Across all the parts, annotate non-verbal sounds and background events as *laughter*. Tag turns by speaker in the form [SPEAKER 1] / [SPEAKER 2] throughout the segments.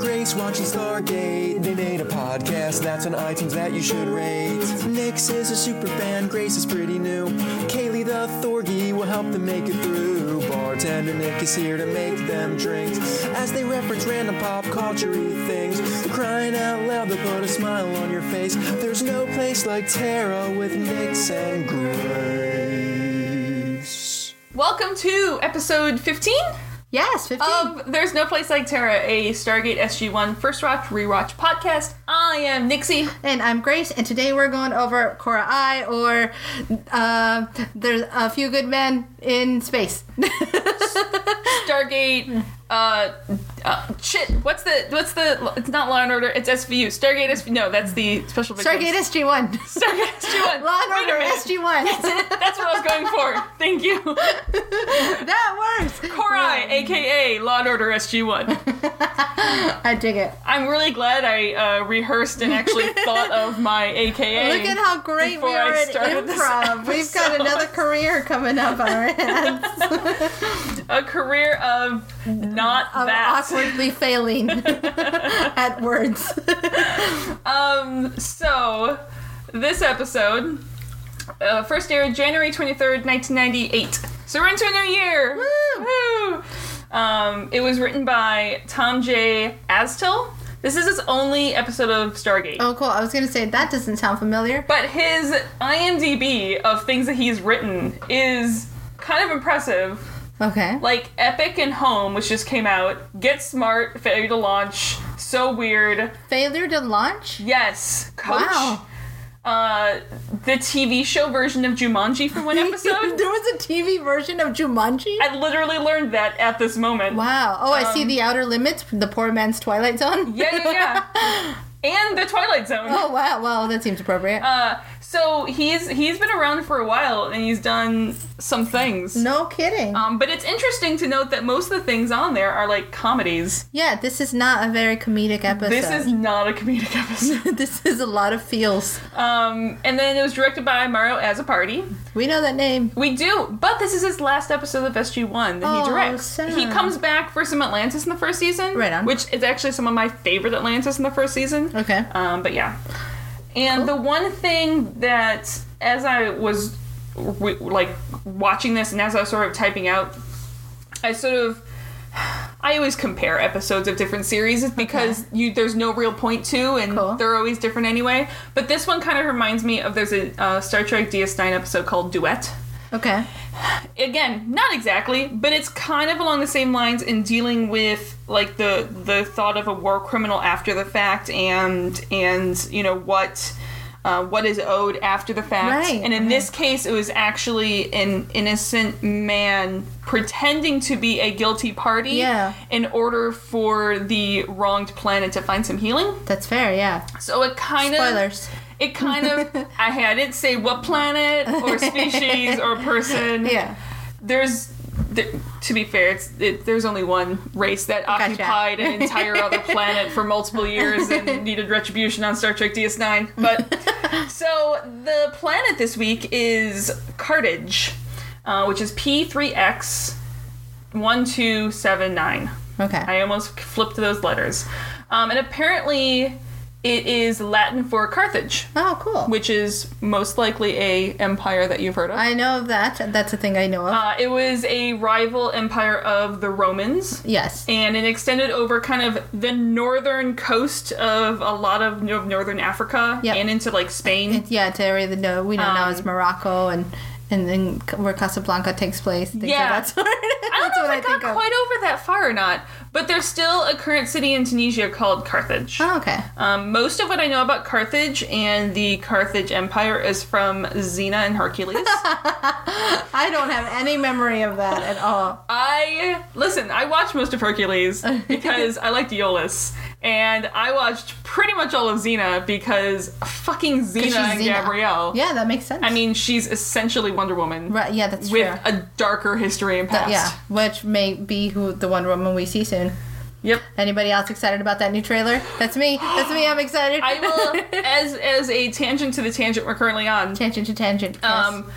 [SPEAKER 1] space watching Stargate. They made a podcast that's on iTunes that you should rate. Nix is a super fan, Grace is pretty new. Kaylee the Thorgy will help them make it through. Bartender Nick is here to make them drinks as they reference random pop culture things. Crying out loud, they'll put a smile on your face. There's no place like Tara with Nix and Grace.
[SPEAKER 2] Welcome to episode 15
[SPEAKER 3] Yes, 15.
[SPEAKER 2] of There's No Place Like Terra, a Stargate SG1 first watch, rewatch podcast. I am Nixie.
[SPEAKER 3] and I'm Grace, and today we're going over Cora I or uh, There's a Few Good Men in Space.
[SPEAKER 2] Stargate, uh, uh, shit, what's the, what's the, it's not Law and Order, it's SVU. Stargate SVU, no, that's the special victims. *laughs*
[SPEAKER 3] Stargate SG1.
[SPEAKER 2] Stargate SG1.
[SPEAKER 3] Law and
[SPEAKER 2] Wait a
[SPEAKER 3] Order
[SPEAKER 2] minute.
[SPEAKER 3] SG1.
[SPEAKER 2] That's what I was going for. Thank you.
[SPEAKER 3] that works. *laughs*
[SPEAKER 2] Korai, aka Law and Order SG1.
[SPEAKER 3] I dig it.
[SPEAKER 2] I'm really glad I uh, rehearsed and
[SPEAKER 3] *laughs*
[SPEAKER 2] actually thought of my aka.
[SPEAKER 3] Look at how great
[SPEAKER 2] before
[SPEAKER 3] we
[SPEAKER 2] I
[SPEAKER 3] are at
[SPEAKER 2] started this
[SPEAKER 3] improv. We've got
[SPEAKER 2] episode.
[SPEAKER 3] another career coming up on our
[SPEAKER 2] *laughs*
[SPEAKER 3] hands
[SPEAKER 2] a career of not
[SPEAKER 3] of
[SPEAKER 2] that. *laughs*
[SPEAKER 3] awkwardly failing at words.
[SPEAKER 2] Um, so this episode uh, first aired January 23rd, 1998. So we're into a new year.
[SPEAKER 3] Woo!
[SPEAKER 2] Woo! Um, it was written by Tom J. Astil. This is his only episode of Stargate.
[SPEAKER 3] Oh, cool. I was going to say, that doesn't sound familiar.
[SPEAKER 2] But his IMDb of things that he's written is kind of impressive.
[SPEAKER 3] Okay.
[SPEAKER 2] Like Epic and Home, which just came out, Get Smart, Failure to Launch, So Weird,
[SPEAKER 3] Failure to launch?
[SPEAKER 2] Yes, Coach.
[SPEAKER 3] Wow.
[SPEAKER 2] Uh, the TV show version of Jumanji for
[SPEAKER 3] *laughs*
[SPEAKER 2] one episode.
[SPEAKER 3] there was a TV version of Jumanji.
[SPEAKER 2] I literally learned that at this moment.
[SPEAKER 3] wow. Oh, I see the Outer Limits, the poor man's Twilight Zone.
[SPEAKER 2] Um, Yeah, yeah, yeah. and the Twilight Zone.
[SPEAKER 3] *laughs* oh wow. Well, that seems appropriate.
[SPEAKER 2] Uh, so he's he's been around for a while and he's done some things.
[SPEAKER 3] no kidding.
[SPEAKER 2] Um, but it's interesting to note that most of the things on there are like comedies.
[SPEAKER 3] yeah, this is not a very comedic episode.
[SPEAKER 2] This is not a comedic *laughs* episode.
[SPEAKER 3] *laughs* this is a lot of feels.
[SPEAKER 2] um, and then it was directed by Mario As a Party.
[SPEAKER 3] We know that name.
[SPEAKER 2] We do, but this is his last episode of SG One that
[SPEAKER 3] Oh,
[SPEAKER 2] he directs.
[SPEAKER 3] sad.
[SPEAKER 2] He comes back for some Atlantis in the first season,
[SPEAKER 3] Right on.
[SPEAKER 2] Which is actually some of my favorite Atlantis in the first season.
[SPEAKER 3] Okay.
[SPEAKER 2] Um, but yeah, and the one thing that as I was w- like watching this and as I was sort of typing out, I sort of. I always compare episodes of different series because you there's no real point to, and
[SPEAKER 3] Cool.
[SPEAKER 2] they're always different anyway. But this one kind of reminds me of there's a uh, Star Trek DS9 episode called Duet
[SPEAKER 3] Okay.
[SPEAKER 2] again, not exactly, but it's kind of along the same lines in dealing with like the the thought of a war criminal after the fact and and you know what uh, what is owed after the fact.
[SPEAKER 3] Right,
[SPEAKER 2] and in
[SPEAKER 3] right.
[SPEAKER 2] this case, it was actually an innocent man pretending to be a guilty party
[SPEAKER 3] Yeah.
[SPEAKER 2] in order for the wronged planet to find some healing.
[SPEAKER 3] That's fair. Yeah.
[SPEAKER 2] So it kind of
[SPEAKER 3] Spoilers.
[SPEAKER 2] it kind of
[SPEAKER 3] *laughs*
[SPEAKER 2] I, had- I didn't say what planet or species or person
[SPEAKER 3] Yeah.
[SPEAKER 2] there's th- to be fair it's it, there's only one race that
[SPEAKER 3] Gotcha.
[SPEAKER 2] occupied an entire
[SPEAKER 3] *laughs*
[SPEAKER 2] other planet for multiple years and needed retribution on star trek ds9
[SPEAKER 3] *laughs*
[SPEAKER 2] but so the planet this week is cartage uh, which is p3x 1279
[SPEAKER 3] Okay.
[SPEAKER 2] i almost flipped those letters um, and apparently it is latin for carthage
[SPEAKER 3] Oh, cool.
[SPEAKER 2] which is most likely a empire that you've heard of
[SPEAKER 3] I know of that. That's a thing I know of.
[SPEAKER 2] uh, it was a rival empire of the Romans,
[SPEAKER 3] yes.
[SPEAKER 2] and it extended over kind of the northern coast of a lot of no- northern Africa
[SPEAKER 3] Yep.
[SPEAKER 2] and into like Spain.
[SPEAKER 3] It's, yeah, it's area that no, we know now
[SPEAKER 2] Um,
[SPEAKER 3] is Morocco and and then where Casablanca takes place. Things
[SPEAKER 2] Yeah.
[SPEAKER 3] of that sort. *laughs*
[SPEAKER 2] I don't
[SPEAKER 3] That's
[SPEAKER 2] know if
[SPEAKER 3] what I
[SPEAKER 2] it got
[SPEAKER 3] think of.
[SPEAKER 2] quite over that far or not, but there's still a current city in Tunisia called Carthage.
[SPEAKER 3] Oh, okay.
[SPEAKER 2] Um, most of what I know about Carthage and the Carthage Empire is from Xena and Hercules.
[SPEAKER 3] I don't have any memory of that at all.
[SPEAKER 2] I listen. I watched most of
[SPEAKER 3] *laughs*
[SPEAKER 2] Hercules because I liked Aeolus, and I watched pretty much all of Xena because fucking Xena
[SPEAKER 3] she's
[SPEAKER 2] and
[SPEAKER 3] Xena.
[SPEAKER 2] Gabrielle.
[SPEAKER 3] Yeah, that makes sense.
[SPEAKER 2] I mean, she's essentially Wonder Woman
[SPEAKER 3] right, yeah, that's
[SPEAKER 2] with
[SPEAKER 3] true.
[SPEAKER 2] a darker history and past.
[SPEAKER 3] yeah, which may be who the Wonder Woman we see soon.
[SPEAKER 2] Yep.
[SPEAKER 3] Anybody else excited about that new trailer? That's me. That's me. I'm excited.
[SPEAKER 2] *gasps* I *laughs* will, as as a tangent to the tangent we're currently on.
[SPEAKER 3] tangent to tangent. yes.
[SPEAKER 2] Um,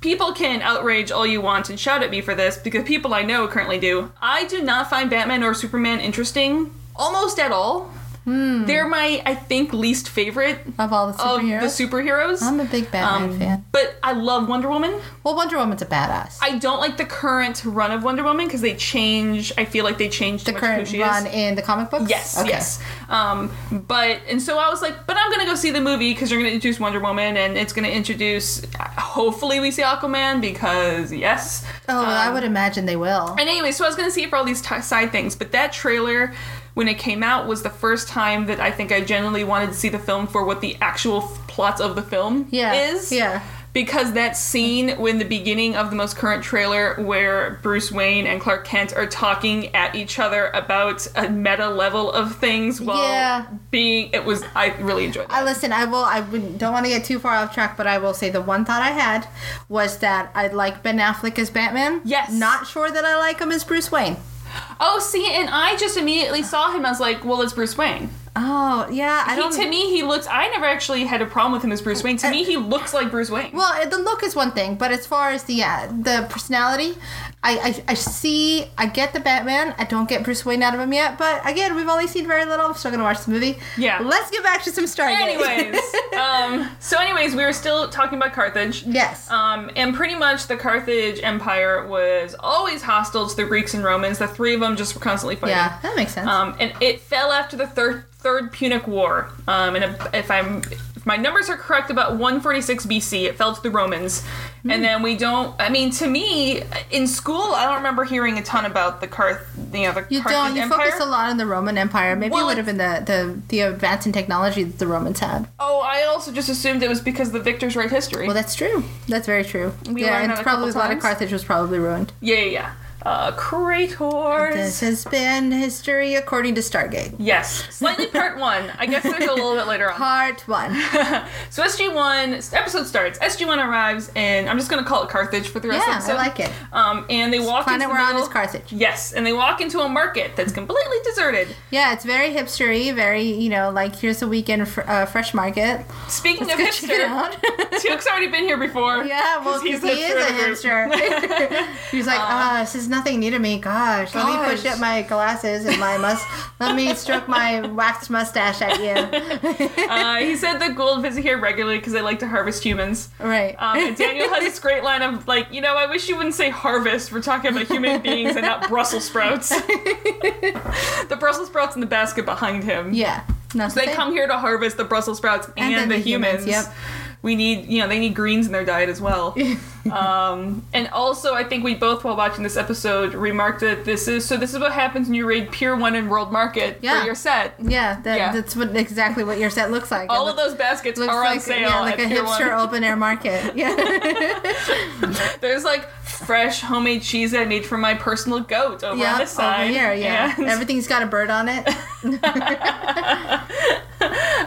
[SPEAKER 2] people can outrage all you want and shout at me for this because people I know currently do. I do not find Batman or Superman interesting almost at all.
[SPEAKER 3] Hmm.
[SPEAKER 2] They're my, I think, least favorite
[SPEAKER 3] Of all the
[SPEAKER 2] of
[SPEAKER 3] superheroes.
[SPEAKER 2] the um, superheroes.
[SPEAKER 3] I'm a big Batman fan.
[SPEAKER 2] But I love Wonder Woman.
[SPEAKER 3] well, Wonder Woman's a badass.
[SPEAKER 2] I don't like the current run of Wonder Woman because they change. I feel like they change
[SPEAKER 3] the
[SPEAKER 2] too much
[SPEAKER 3] current
[SPEAKER 2] who she
[SPEAKER 3] run
[SPEAKER 2] is.
[SPEAKER 3] in the comic books.
[SPEAKER 2] Yes, yes. Um, but and so I was like, but I'm gonna go see the movie because you're gonna introduce Wonder Woman and it's gonna introduce. Hopefully, we see Aquaman because yes.
[SPEAKER 3] Oh, I would imagine they will.
[SPEAKER 2] Um, And anyway, so I was going to see it for all these t- side things, but that trailer, when it came out, was the first time that I think I genuinely wanted to see the film for what the actual f- plot of the film
[SPEAKER 3] Yeah,
[SPEAKER 2] is.
[SPEAKER 3] yeah.
[SPEAKER 2] Because that scene when the beginning of the most current trailer where Bruce Wayne and Clark Kent are talking at each other about a meta level of things while
[SPEAKER 3] Yeah.
[SPEAKER 2] being it was I really enjoyed that.
[SPEAKER 3] I listen. I will. I wouldn't- don't want to get too far off track, but I will say the one thought I had was that I like Ben Affleck as Batman.
[SPEAKER 2] Yes.
[SPEAKER 3] Not sure that I like him as Bruce Wayne.
[SPEAKER 2] oh see and I just immediately saw him I was like, well it's Bruce Wayne.
[SPEAKER 3] Oh yeah, I
[SPEAKER 2] He,
[SPEAKER 3] don't.
[SPEAKER 2] to me, he looks. I never actually had a problem with him as Bruce Wayne. To me, he looks like Bruce Wayne.
[SPEAKER 3] well, eh, the look is one thing, but as far as the uh, the personality, I, I I see. I get the Batman. I don't get Bruce Wayne out of him yet. But again, we've only seen very little. I'm still gonna watch the movie.
[SPEAKER 2] Yeah.
[SPEAKER 3] Let's get back to some Stargate.
[SPEAKER 2] anyways, um, so anyways, we were still talking about Carthage.
[SPEAKER 3] *laughs* yes.
[SPEAKER 2] Um, and pretty much the Carthage Empire was always hostile to the Greeks and Romans. The three of them just were constantly fighting.
[SPEAKER 3] yeah, that makes sense.
[SPEAKER 2] Um, and it fell after the third Third Punic War. Um, and if- if I'm if my numbers are correct, about 146 BC, it fell to the Romans.
[SPEAKER 3] Hmm.
[SPEAKER 2] And then we don't. I mean, to me, in school, I don't remember hearing a ton about the Carth. You know, the Carthage
[SPEAKER 3] You don't. You
[SPEAKER 2] Empire.
[SPEAKER 3] focus a lot on the Roman Empire. Maybe
[SPEAKER 2] Well,
[SPEAKER 3] it would have been the, the the advance in technology that the Romans had.
[SPEAKER 2] Oh, I also just assumed it was because the victors write history.
[SPEAKER 3] Well, that's true. That's very true.
[SPEAKER 2] We
[SPEAKER 3] yeah,
[SPEAKER 2] learned
[SPEAKER 3] and
[SPEAKER 2] that a
[SPEAKER 3] probably
[SPEAKER 2] couple
[SPEAKER 3] a lot of
[SPEAKER 2] times.
[SPEAKER 3] Carthage was probably ruined.
[SPEAKER 2] yeah, yeah, yeah. Uh,
[SPEAKER 3] This
[SPEAKER 2] creators.
[SPEAKER 3] has been history according to Stargate.
[SPEAKER 2] Yes,
[SPEAKER 3] *laughs*
[SPEAKER 2] slightly part one. I guess there's a little bit later on. *laughs*
[SPEAKER 3] Part one.
[SPEAKER 2] So SG One episode starts. SG One arrives, and I'm just gonna call it Carthage for the rest
[SPEAKER 3] Yeah,
[SPEAKER 2] of the
[SPEAKER 3] I
[SPEAKER 2] episode.
[SPEAKER 3] like it.
[SPEAKER 2] Um, and they walk
[SPEAKER 3] Planet
[SPEAKER 2] into
[SPEAKER 3] we're
[SPEAKER 2] the
[SPEAKER 3] on
[SPEAKER 2] middle-
[SPEAKER 3] is Carthage.
[SPEAKER 2] Yes, and they walk into a market that's completely deserted.
[SPEAKER 3] Yeah, it's very hipstery. Very, you know, like here's a weekend fr- uh, fresh market.
[SPEAKER 2] Speaking of
[SPEAKER 3] Let's go *laughs* check it
[SPEAKER 2] hipster,
[SPEAKER 3] out.
[SPEAKER 2] *laughs* Tuke's already been here before. *laughs*
[SPEAKER 3] Yeah, well,
[SPEAKER 2] 'cause he's
[SPEAKER 3] because
[SPEAKER 2] the
[SPEAKER 3] he is
[SPEAKER 2] third
[SPEAKER 3] a
[SPEAKER 2] of the group.
[SPEAKER 3] hamster. *laughs* He's like, ah, this is nothing new to me. Gosh, let me push
[SPEAKER 2] Um, Gosh.
[SPEAKER 3] up my glasses and my
[SPEAKER 2] *laughs*
[SPEAKER 3] must. let me stroke my waxed mustache
[SPEAKER 2] *laughs*
[SPEAKER 3] at you.
[SPEAKER 2] Uh, he said the gold visit here regularly because they like to harvest humans.
[SPEAKER 3] Right.
[SPEAKER 2] Um, and Daniel has this great line of like, you know, I wish you wouldn't say harvest. We're talking about
[SPEAKER 3] *laughs*
[SPEAKER 2] human beings and not Brussels sprouts. the Brussels sprouts in the basket behind him.
[SPEAKER 3] yeah. No,
[SPEAKER 2] So they come here to harvest the Brussels sprouts and,
[SPEAKER 3] then
[SPEAKER 2] the,
[SPEAKER 3] the
[SPEAKER 2] humans.
[SPEAKER 3] humans, yep.
[SPEAKER 2] We need, you know, they need greens in their diet as
[SPEAKER 3] *laughs*
[SPEAKER 2] well. um, and also, I think we both, while watching this episode, remarked that this is so. This is what happens when you raid Pier One and World Market
[SPEAKER 3] Yeah.
[SPEAKER 2] for your set.
[SPEAKER 3] Yeah, that,
[SPEAKER 2] Yeah.
[SPEAKER 3] that's what exactly what your set looks like.
[SPEAKER 2] All
[SPEAKER 3] It
[SPEAKER 2] of those baskets are on
[SPEAKER 3] like,
[SPEAKER 2] sale
[SPEAKER 3] yeah, like
[SPEAKER 2] at
[SPEAKER 3] a
[SPEAKER 2] Pier
[SPEAKER 3] hipster
[SPEAKER 2] 1.
[SPEAKER 3] open
[SPEAKER 2] *laughs*
[SPEAKER 3] air market. Yeah,
[SPEAKER 2] There's like fresh homemade cheese that I made from my personal goat over
[SPEAKER 3] yeah,
[SPEAKER 2] on this side.
[SPEAKER 3] over here. Yeah,
[SPEAKER 2] And
[SPEAKER 3] everything's got a bird
[SPEAKER 2] *laughs*
[SPEAKER 3] on it.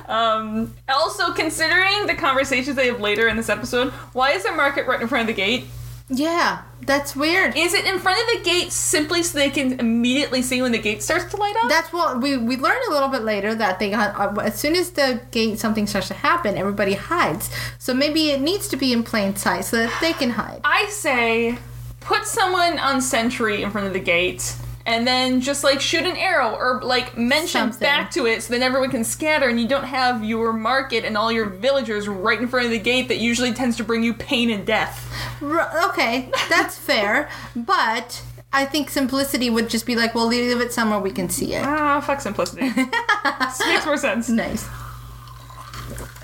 [SPEAKER 2] also, considering the conversations they have later in this episode, why is there market right in front of the gate?
[SPEAKER 3] Yeah, that's weird.
[SPEAKER 2] Is it in front of the gate simply so they can immediately see when the gate starts to light up?
[SPEAKER 3] that's what we we learned a little bit later that they got uh, as soon as the gate something starts to happen, everybody hides. So maybe it needs to be in plain sight so that they can hide.
[SPEAKER 2] I say, put someone on sentry in front of the gate. And then just like shoot an arrow or like mention
[SPEAKER 3] Something.
[SPEAKER 2] back to it so then everyone can scatter and you don't have your market and all your villagers right in front of the gate that usually tends to bring you pain and death.
[SPEAKER 3] R- okay,
[SPEAKER 2] *laughs*
[SPEAKER 3] that's fair, but. I think simplicity would just be like, well, leave it somewhere we can see it.
[SPEAKER 2] Ah, fuck
[SPEAKER 3] *laughs*
[SPEAKER 2] simplicity. this makes more sense.
[SPEAKER 3] Nice.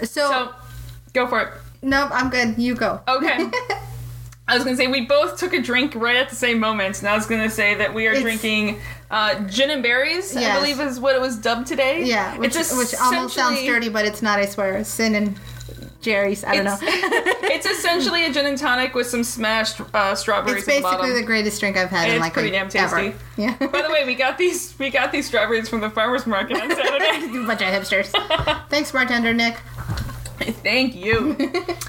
[SPEAKER 2] So, go for it.
[SPEAKER 3] Nope, I'm good. You go. *laughs*
[SPEAKER 2] Okay. I was gonna say we both took a drink right at the same moment, and I was gonna say that we are
[SPEAKER 3] It's-
[SPEAKER 2] drinking uh, gin and berries. I
[SPEAKER 3] Yes.
[SPEAKER 2] believe is what it was dubbed today.
[SPEAKER 3] Yeah, which,
[SPEAKER 2] it's
[SPEAKER 3] which almost sounds
[SPEAKER 2] essentially-
[SPEAKER 3] dirty, but it's not, I swear. Sin and Jerry's, I
[SPEAKER 2] *laughs*
[SPEAKER 3] don't know. *laughs*
[SPEAKER 2] It's essentially a gin and tonic with some smashed uh, strawberries.
[SPEAKER 3] It's
[SPEAKER 2] at the
[SPEAKER 3] basically
[SPEAKER 2] bottom.
[SPEAKER 3] the greatest drink I've had in
[SPEAKER 2] It's
[SPEAKER 3] like
[SPEAKER 2] pretty
[SPEAKER 3] like,
[SPEAKER 2] damn tasty.
[SPEAKER 3] ever. Yeah.
[SPEAKER 2] By the way, we got these we got these strawberries from the farmers market
[SPEAKER 3] *laughs*
[SPEAKER 2] on Saturday.
[SPEAKER 3] You bunch
[SPEAKER 2] *laughs*
[SPEAKER 3] of hipsters. Thanks, bartender Nick.
[SPEAKER 2] Thank *laughs* you.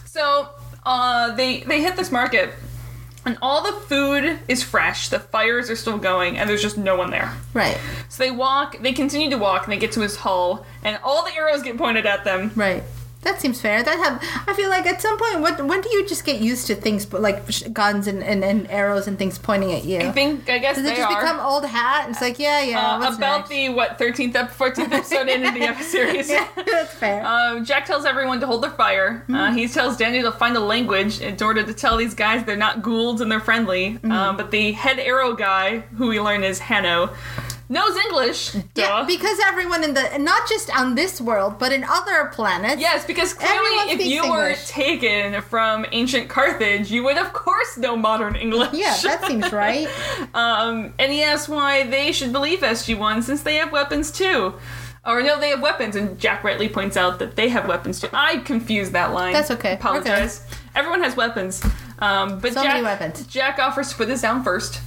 [SPEAKER 2] so uh, they they hit this market, and all the food is fresh. The fires are still going, and there's just no one there.
[SPEAKER 3] Right,
[SPEAKER 2] So they walk. They continue to walk, and they get to his hull, and all the arrows get pointed at them.
[SPEAKER 3] right. That seems fair. That have I feel like at some point, what when do you just get used to things, but like sh- guns and, and, and arrows and things pointing at you?
[SPEAKER 2] I think I guess
[SPEAKER 3] Does
[SPEAKER 2] they
[SPEAKER 3] it just
[SPEAKER 2] are.
[SPEAKER 3] become old hat? It's like yeah, yeah.
[SPEAKER 2] uh,
[SPEAKER 3] what's
[SPEAKER 2] about
[SPEAKER 3] next?
[SPEAKER 2] the what 13th ep- 14th
[SPEAKER 3] *laughs*
[SPEAKER 2] episode into the ep series.
[SPEAKER 3] yeah, *laughs* that's fair.
[SPEAKER 2] Um, Jack tells everyone to hold their fire. Uh,
[SPEAKER 3] Mm-hmm.
[SPEAKER 2] he tells Daniel to find a language in order to tell these guys they're not ghouls and they're friendly.
[SPEAKER 3] Mm-hmm.
[SPEAKER 2] Um, but the head arrow guy, who we learn is Hanno, knows English.
[SPEAKER 3] yeah,
[SPEAKER 2] Duh.
[SPEAKER 3] because everyone in the not just on this world, but in other planets.
[SPEAKER 2] Yes, because
[SPEAKER 3] Everyone
[SPEAKER 2] clearly, if
[SPEAKER 3] speaks
[SPEAKER 2] you were
[SPEAKER 3] English.
[SPEAKER 2] taken from ancient Carthage, you would, of course, know modern English.
[SPEAKER 3] Yeah, that
[SPEAKER 2] *laughs*
[SPEAKER 3] seems right.
[SPEAKER 2] um, and he asks why they should believe SG1 since they have weapons too. Or no, they have weapons, and Jack rightly points out that they have weapons too. I confused that line.
[SPEAKER 3] That's okay. We're good.
[SPEAKER 2] Apologize. Everyone has weapons, um, but
[SPEAKER 3] So
[SPEAKER 2] Jack,
[SPEAKER 3] many weapons.
[SPEAKER 2] Jack offers to put this down first.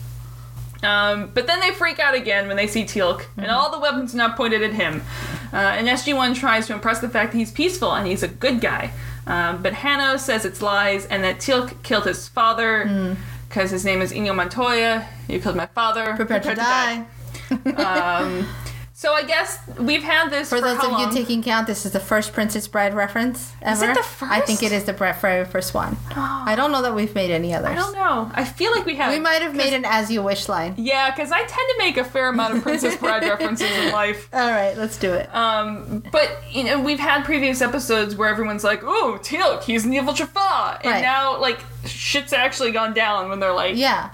[SPEAKER 2] Um, but then they freak out again when they see Teal'c,
[SPEAKER 3] Mhm.
[SPEAKER 2] and all the weapons are now pointed at him. Uh, and SG-1 tries to impress the fact that he's peaceful and he's a good guy. Um, but Hanno says it's lies and that Teal'c killed his father
[SPEAKER 3] Mm.
[SPEAKER 2] because his name is Ino Montoya. You killed my father.
[SPEAKER 3] Prepare to die.
[SPEAKER 2] So I guess we've had this for,
[SPEAKER 3] For those
[SPEAKER 2] how
[SPEAKER 3] of
[SPEAKER 2] long?
[SPEAKER 3] you taking count, this is the first Princess Bride reference
[SPEAKER 2] Is
[SPEAKER 3] ever.
[SPEAKER 2] it the
[SPEAKER 3] I think it
[SPEAKER 2] first?
[SPEAKER 3] is the br- very
[SPEAKER 2] *gasps*
[SPEAKER 3] first one. I don't know that we've made any others.
[SPEAKER 2] I don't know. I feel like we have.
[SPEAKER 3] *laughs* We might have made an as you wish line.
[SPEAKER 2] Yeah, because I tend to make a fair amount of Princess
[SPEAKER 3] *laughs*
[SPEAKER 2] Bride references in life.
[SPEAKER 3] All right, let's do it.
[SPEAKER 2] Um, but you know, we've had previous episodes where everyone's like, "Oh, Teal'c, he's an evil Jaffa," and
[SPEAKER 3] Right.
[SPEAKER 2] now like shit's actually gone down when they're like,
[SPEAKER 3] yeah,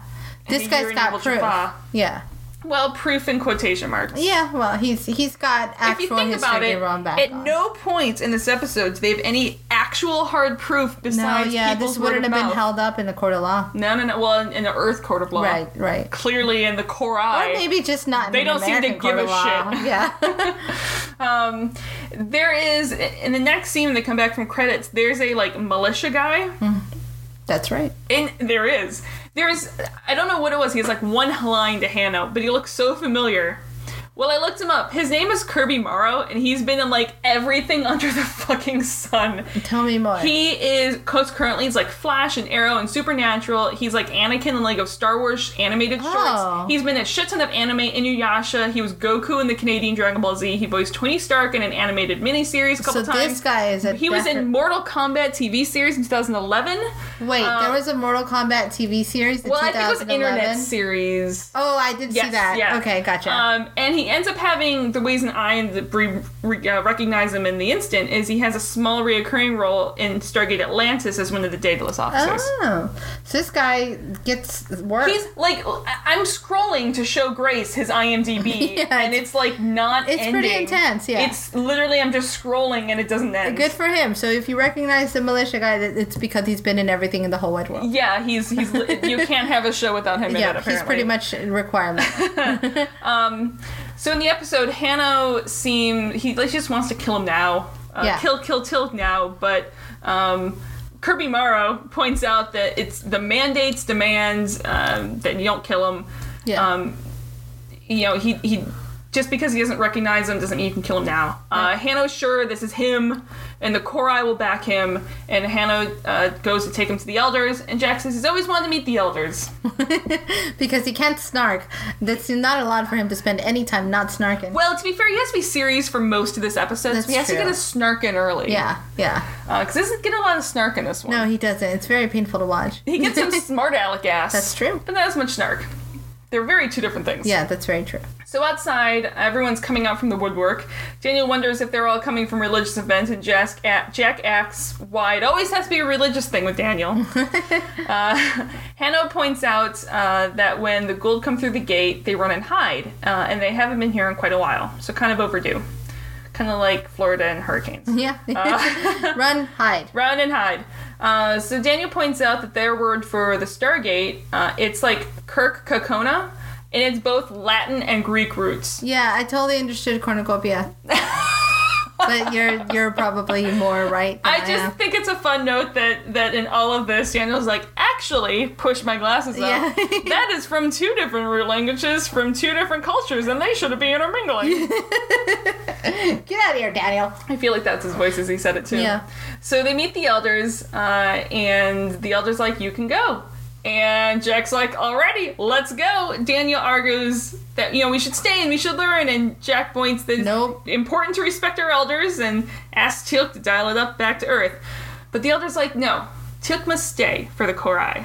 [SPEAKER 3] this
[SPEAKER 2] and
[SPEAKER 3] guy's
[SPEAKER 2] you're an evil
[SPEAKER 3] got proof.
[SPEAKER 2] Jaffa.
[SPEAKER 3] Yeah,
[SPEAKER 2] "Well, proof in quotation marks."
[SPEAKER 3] yeah. Well, he's he's got
[SPEAKER 2] If you
[SPEAKER 3] actual
[SPEAKER 2] think
[SPEAKER 3] history
[SPEAKER 2] about
[SPEAKER 3] to
[SPEAKER 2] it,
[SPEAKER 3] run back
[SPEAKER 2] at
[SPEAKER 3] on.
[SPEAKER 2] no point in this episode do they have any actual hard proof
[SPEAKER 3] no,
[SPEAKER 2] besides
[SPEAKER 3] yeah,
[SPEAKER 2] people's
[SPEAKER 3] this wouldn't
[SPEAKER 2] word of
[SPEAKER 3] have been
[SPEAKER 2] mouth.
[SPEAKER 3] held up in the court of law.
[SPEAKER 2] No, no, no. Well, in, in the Earth Court of Law,
[SPEAKER 3] Right, right.
[SPEAKER 2] Clearly, in the Korai,
[SPEAKER 3] Or maybe just not. In
[SPEAKER 2] They
[SPEAKER 3] an
[SPEAKER 2] don't seem to
[SPEAKER 3] American court
[SPEAKER 2] give
[SPEAKER 3] of
[SPEAKER 2] a
[SPEAKER 3] law. *laughs*
[SPEAKER 2] shit.
[SPEAKER 3] Yeah,
[SPEAKER 2] um, there is in the next scene when they come back from credits. There's a like militia guy.
[SPEAKER 3] that's right.
[SPEAKER 2] And there is. There's. I don't know what it was. He has like one line to Hannah, but he looks so familiar. Well, I looked him up. His name is Kirby Morrow, and he's been in like everything *laughs* under the fucking sun.
[SPEAKER 3] Tell me more.
[SPEAKER 2] He is cause currently he's like Flash and Arrow and Supernatural. He's like Anakin in like of Star Wars animated shorts.
[SPEAKER 3] Oh.
[SPEAKER 2] He's been in a shit ton of anime Inuyasha. He was Goku in the Canadian Dragon Ball Z. He voiced Tony Stark in an animated miniseries a
[SPEAKER 3] so
[SPEAKER 2] couple
[SPEAKER 3] this
[SPEAKER 2] times.
[SPEAKER 3] guy is a.
[SPEAKER 2] he was
[SPEAKER 3] definite-
[SPEAKER 2] in Mortal Kombat TV series in 2011.
[SPEAKER 3] Wait, there was a Mortal Kombat TV series. In
[SPEAKER 2] um, Well, I
[SPEAKER 3] 2011.
[SPEAKER 2] think it was internet series.
[SPEAKER 3] Oh, I did see that. Okay, gotcha.
[SPEAKER 2] Um, and he ends up having the reason I re- re- uh, recognize him in the instant is he has a small reoccurring role in Stargate Atlantis as one of the Daedalus officers.
[SPEAKER 3] oh, so this guy gets work.
[SPEAKER 2] He's like, I- I'm scrolling to show Grace his IMDb,
[SPEAKER 3] *laughs* Yeah,
[SPEAKER 2] and it's like not.
[SPEAKER 3] it's pretty
[SPEAKER 2] ending.
[SPEAKER 3] intense, yeah.
[SPEAKER 2] it's literally I'm just scrolling and it doesn't end.
[SPEAKER 3] Good for him. So if you recognize the militia guy, that it's because he's been in everything in the whole wide world.
[SPEAKER 2] Yeah, he's he's. li- you
[SPEAKER 3] *laughs*
[SPEAKER 2] can't have a show without him. in it,
[SPEAKER 3] Yeah,
[SPEAKER 2] apparently.
[SPEAKER 3] he's pretty much
[SPEAKER 2] *laughs*
[SPEAKER 3] a requirement.
[SPEAKER 2] So in the episode, Hanno seem he like just wants to kill him now, uh,
[SPEAKER 3] Yeah.
[SPEAKER 2] kill kill Tilk now. But um, Kirby Morrow points out that it's the mandates demands um, that you don't kill him.
[SPEAKER 3] Yeah.
[SPEAKER 2] Um, you know he he just because he doesn't recognize him doesn't mean you can kill him now. Uh, Hanno's sure this is him, and the Korai will back him. And Hanno uh, goes to take him to the elders, and Jack says he's always wanted to meet the elders.
[SPEAKER 3] because he can't snark. That's not allowed for him to spend any time not snarking.
[SPEAKER 2] Well, to be fair, he has to be serious for most of this episode.
[SPEAKER 3] That's
[SPEAKER 2] he has to
[SPEAKER 3] true.
[SPEAKER 2] get a snark in early.
[SPEAKER 3] yeah, yeah.
[SPEAKER 2] because this is getting a lot of snark in this one.
[SPEAKER 3] No, he doesn't. It's very painful to watch.
[SPEAKER 2] He gets
[SPEAKER 3] *laughs*
[SPEAKER 2] some smart aleck ass.
[SPEAKER 3] That's true.
[SPEAKER 2] But not as much snark. They're very two different things.
[SPEAKER 3] Yeah, that's very true.
[SPEAKER 2] So outside, everyone's coming out from the woodwork. Daniel wonders if they're all coming from religious events, and Jack, a- Jack asks why it always has to be a religious thing with
[SPEAKER 3] *laughs*
[SPEAKER 2] Daniel. uh, Hanno points out uh, that when the gold come through the gate, they run and hide, uh, and they haven't been here in quite a while, so kind of overdue. Kind of like Florida and hurricanes.
[SPEAKER 3] Yeah.
[SPEAKER 2] Uh.
[SPEAKER 3] *laughs* Run, hide.
[SPEAKER 2] Run and hide. Uh, so Daniel points out that their word for the Stargate, uh, it's like Kirk Kokona, and it's both Latin and Greek roots.
[SPEAKER 3] Yeah, I totally
[SPEAKER 2] *laughs*
[SPEAKER 3] understood cornucopia. but you're you're probably more right. Than
[SPEAKER 2] I
[SPEAKER 3] I,
[SPEAKER 2] just
[SPEAKER 3] am.
[SPEAKER 2] think it's a fun note that that in all of this, Daniel's like, actually, push my glasses up.
[SPEAKER 3] Yeah.
[SPEAKER 2] that is from two different root languages from two different cultures, and they shouldn't be intermingling.
[SPEAKER 3] get out of here, Daniel.
[SPEAKER 2] I feel like that's his voice as he said it too.
[SPEAKER 3] Yeah.
[SPEAKER 2] So they meet the elders, uh, and the elders like, "You can go." And Jack's like, alrighty, let's go. Daniel argues that, you know, we should stay and we should learn. And Jack points that
[SPEAKER 3] Nope.
[SPEAKER 2] it's important to respect our elders and asks Teal'c to dial it up back to Earth. But the elder's like, no, Teal'c must stay for the Korai.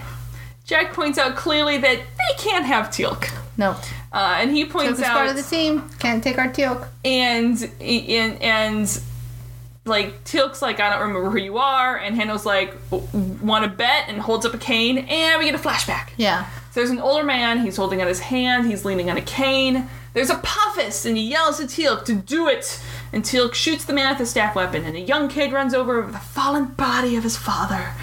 [SPEAKER 2] Jack points out clearly that they can't have Teal'c.
[SPEAKER 3] No.
[SPEAKER 2] Uh, and he points
[SPEAKER 3] Teal'c is
[SPEAKER 2] out
[SPEAKER 3] part of the team. Can't take our Teal'c.
[SPEAKER 2] and and and like Tilk's like I don't remember who you are, and Handel's like want to bet and holds up a cane, and we get a flashback.
[SPEAKER 3] Yeah.
[SPEAKER 2] So there's an older man. He's holding out his hand. He's leaning on a cane. There's a puffist, and he yells to Teal'c to do it. And Teal'c shoots the man with his staff weapon, and a young kid runs over the fallen body of his father.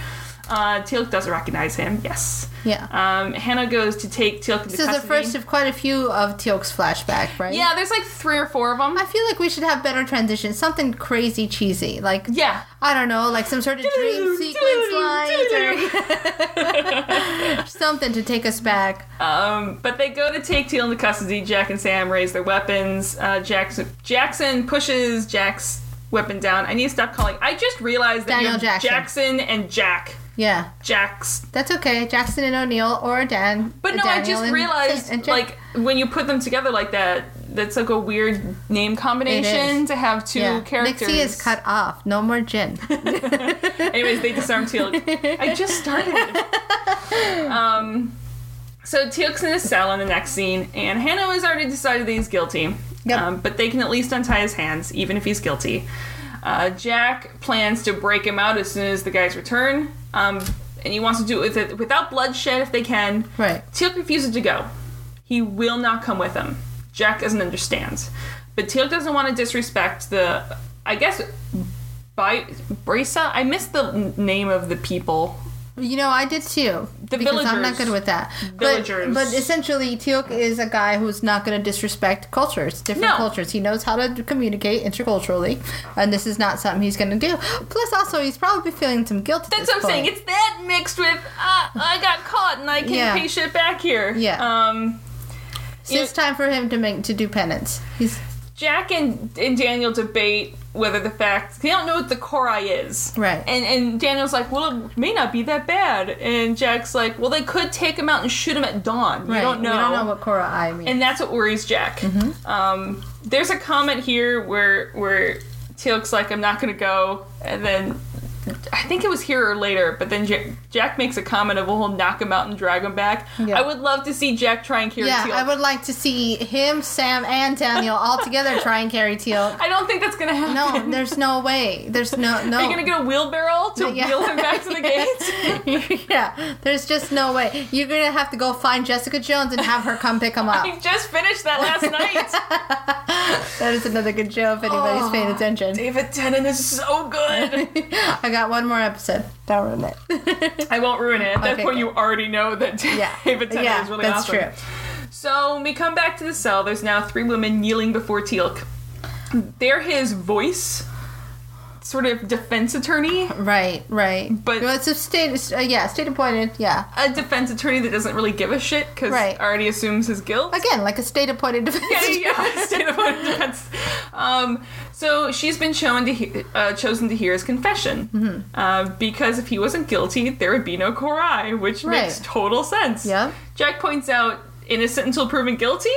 [SPEAKER 2] Uh, Teal'c doesn't recognize him. Yes.
[SPEAKER 3] Yeah.
[SPEAKER 2] Um, Hannah goes to take Teal'c into
[SPEAKER 3] This is the
[SPEAKER 2] custody.
[SPEAKER 3] first of quite a few of Teal'c's flashback, right?
[SPEAKER 2] yeah, there's like three or four of them.
[SPEAKER 3] I feel like we should have better transitions. Something crazy cheesy. Like,
[SPEAKER 2] Yeah.
[SPEAKER 3] I don't know, like some sort of dream sequence *laughs* lines or *laughs* something to take us back.
[SPEAKER 2] Um, but they go to take Teal into custody. Jack and Sam raise their weapons. Uh, Jackson Jackson pushes Jack's weapon down. I need to stop calling. I just realized that
[SPEAKER 3] Daniel
[SPEAKER 2] you're
[SPEAKER 3] Jackson.
[SPEAKER 2] Jackson and Jack.
[SPEAKER 3] Yeah.
[SPEAKER 2] Jack's.
[SPEAKER 3] That's okay. Jackson and O'Neill or Dan.
[SPEAKER 2] But no, I
[SPEAKER 3] Daniel
[SPEAKER 2] just
[SPEAKER 3] and-
[SPEAKER 2] realized
[SPEAKER 3] and Jack-
[SPEAKER 2] like when you put them together like that, that's like a weird name combination to have two
[SPEAKER 3] yeah.
[SPEAKER 2] characters.
[SPEAKER 3] Nixie is cut off. No more gin.
[SPEAKER 2] Anyways, they disarm Teal'c. I just started. Um, so Teal'c's in his cell in the next scene, and Hanno has already decided that he's guilty.
[SPEAKER 3] Yep.
[SPEAKER 2] Um, but they can at least untie his hands, even if he's guilty. Uh, Jack plans to break him out as soon as the guys return, um, and he wants to do it, with it without bloodshed if they can.
[SPEAKER 3] Right.
[SPEAKER 2] Teal'c refuses to go. He will not come with them. Jack doesn't understand. But Teal'c doesn't want to disrespect the, I guess, Bi- Brisa? I missed the n- name of the people.
[SPEAKER 3] You know, I did too.
[SPEAKER 2] The
[SPEAKER 3] because I'm not
[SPEAKER 2] villagers.
[SPEAKER 3] good with that.
[SPEAKER 2] Villagers.
[SPEAKER 3] But, but essentially, Teal'c is a guy who's not going to disrespect cultures, different
[SPEAKER 2] No.
[SPEAKER 3] cultures. He knows how to communicate interculturally, and this is not something he's going to do. Plus, also, he's probably feeling some guilt. At
[SPEAKER 2] That's
[SPEAKER 3] this
[SPEAKER 2] what I'm saying.
[SPEAKER 3] point.
[SPEAKER 2] It's that mixed with, uh, I got caught and I can't
[SPEAKER 3] Yeah.
[SPEAKER 2] pay shit back here.
[SPEAKER 3] Yeah.
[SPEAKER 2] Um,
[SPEAKER 3] So it's time for him to make to do penance. He's
[SPEAKER 2] Jack and, and Daniel debate whether the fact they don't know what the Korai is.
[SPEAKER 3] Right.
[SPEAKER 2] And and Daniel's like, well, it may not be that bad. And Jack's like, well, they could take him out and shoot him at dawn.
[SPEAKER 3] right.
[SPEAKER 2] You don't know.
[SPEAKER 3] We don't know what Korra I means.
[SPEAKER 2] and that's what worries Jack. Um, there's a comment here where where Teal'c's like, "I'm not gonna go," and then I think it was here or later, but then Jack, Jack makes a comment of, "We'll knock him out and drag him back."
[SPEAKER 3] Yeah.
[SPEAKER 2] I would love to see Jack try and carry
[SPEAKER 3] yeah,
[SPEAKER 2] Teal'c.
[SPEAKER 3] I would like to see him, Sam, and Daniel all together try and
[SPEAKER 2] *laughs*
[SPEAKER 3] carry Teal'c.
[SPEAKER 2] I don't think that's gonna happen. *laughs*
[SPEAKER 3] No, there's no way. There's no no.
[SPEAKER 2] Are you gonna get a wheelbarrow to
[SPEAKER 3] Yeah.
[SPEAKER 2] wheel him back to
[SPEAKER 3] *laughs*
[SPEAKER 2] the gates?
[SPEAKER 3] yeah, there's just no way. You're gonna have to go find Jessica Jones and have her come pick him
[SPEAKER 2] I *laughs*
[SPEAKER 3] up.
[SPEAKER 2] just finished that
[SPEAKER 3] *laughs*
[SPEAKER 2] last night.
[SPEAKER 3] That is another good show if anybody's paying
[SPEAKER 2] Oh,
[SPEAKER 3] attention.
[SPEAKER 2] David Tennant is so
[SPEAKER 3] *laughs*
[SPEAKER 2] good.
[SPEAKER 3] I got one more episode. Don't ruin it.
[SPEAKER 2] I won't ruin it. At that
[SPEAKER 3] Okay,
[SPEAKER 2] point,
[SPEAKER 3] good.
[SPEAKER 2] you already know that *laughs*
[SPEAKER 3] *laughs* yeah,
[SPEAKER 2] David Tennant
[SPEAKER 3] yeah,
[SPEAKER 2] is really
[SPEAKER 3] that's
[SPEAKER 2] awesome.
[SPEAKER 3] true.
[SPEAKER 2] So when we come back to the cell, there's now three women kneeling before Teal'c. They're his voice, sort of defense attorney,
[SPEAKER 3] Right, right.
[SPEAKER 2] But-
[SPEAKER 3] well, it's a state. Uh, yeah, state appointed. Yeah,
[SPEAKER 2] a defense attorney that doesn't really give a shit because
[SPEAKER 3] Right.
[SPEAKER 2] already assumes his guilt.
[SPEAKER 3] again, like a state appointed defense.
[SPEAKER 2] Yeah, yeah, yeah, *laughs* state of mind defense. Um, so she's been shown to he- uh, chosen to hear his confession
[SPEAKER 3] Mm-hmm.
[SPEAKER 2] uh, because if he wasn't guilty, there would be no Korai, which makes
[SPEAKER 3] Right.
[SPEAKER 2] total sense.
[SPEAKER 3] Yep.
[SPEAKER 2] Jack points out innocent until proven guilty,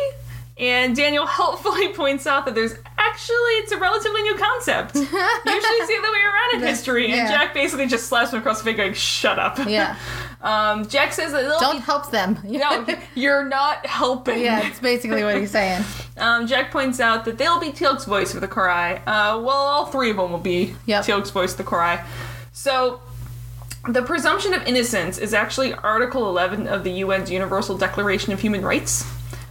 [SPEAKER 2] and Daniel *laughs* helpfully points out that there's actually it's a relatively new
[SPEAKER 3] *laughs*
[SPEAKER 2] concept. Usually, it's the other way around in
[SPEAKER 3] That's-
[SPEAKER 2] history, and
[SPEAKER 3] yeah.
[SPEAKER 2] Jack basically just slaps him across the face, going, "Shut up."
[SPEAKER 3] *laughs* Yeah.
[SPEAKER 2] *laughs* Um, Jack says that they'll
[SPEAKER 3] Don't
[SPEAKER 2] be-
[SPEAKER 3] help them.
[SPEAKER 2] *laughs*
[SPEAKER 3] *laughs*
[SPEAKER 2] no, you're not helping.
[SPEAKER 3] yeah, it's basically what
[SPEAKER 2] *laughs*
[SPEAKER 3] he's saying.
[SPEAKER 2] Um, Jack points out that they'll be Teal'c's voice for the Korai. Uh, well, all three of them will be
[SPEAKER 3] Yep.
[SPEAKER 2] Teal'c's voice for the Korai. So, the presumption of innocence is actually Article 11 of the UN's Universal Declaration of Human Rights.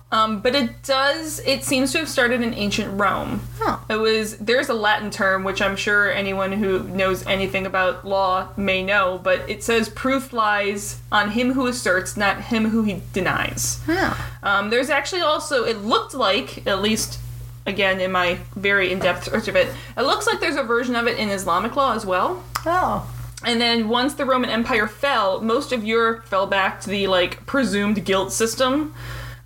[SPEAKER 2] Um, but it does, it seems to have started in ancient Rome.
[SPEAKER 3] Huh.
[SPEAKER 2] It was, there's a Latin term, which I'm sure anyone who knows anything about law may know, but it says proof lies on him who asserts, not him who he denies.
[SPEAKER 3] Yeah.
[SPEAKER 2] Um, there's actually also, it looked like, at least again in my very in depth search of it, it looks like there's a version of it in Islamic law as well.
[SPEAKER 3] Oh.
[SPEAKER 2] And then once the Roman Empire fell, most of Europe fell back to the like presumed guilt system,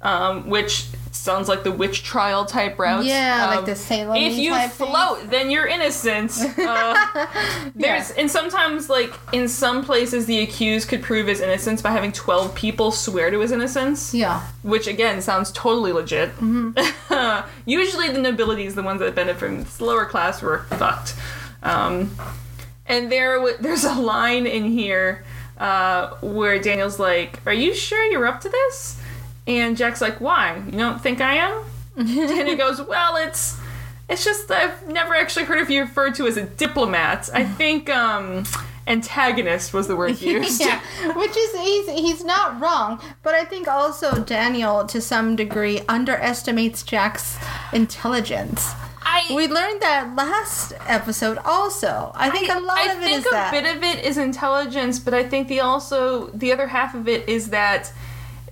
[SPEAKER 2] um, which sounds like the witch trial type routes.
[SPEAKER 3] Yeah, like
[SPEAKER 2] Um,
[SPEAKER 3] the Salem.
[SPEAKER 2] If you
[SPEAKER 3] type thing.
[SPEAKER 2] float, then you're
[SPEAKER 3] *laughs*
[SPEAKER 2] innocent. Uh, there's and sometimes like in some places the accused could prove his innocence by having twelve people swear to his innocence,
[SPEAKER 3] Yeah.
[SPEAKER 2] which again sounds totally legit. *laughs* Usually the nobility is the ones that benefit from this lower class were fucked. Um, and there, w- there's a line in here uh, where Daniel's like, "Are you sure you're up to this?" And Jack's like, "Why? You don't think I am?" and he goes, "Well, it's it's just that I've never actually heard of you referred to as a diplomat. I think um, antagonist was the word used." *laughs*
[SPEAKER 3] yeah, which is he's he's not wrong, but I think also Daniel to some degree underestimates Jack's intelligence.
[SPEAKER 2] I,
[SPEAKER 3] We learned that last episode also. I think a lot
[SPEAKER 2] I
[SPEAKER 3] of it
[SPEAKER 2] think
[SPEAKER 3] is
[SPEAKER 2] a
[SPEAKER 3] that.
[SPEAKER 2] bit of it is intelligence, but I think the also the other half of it is that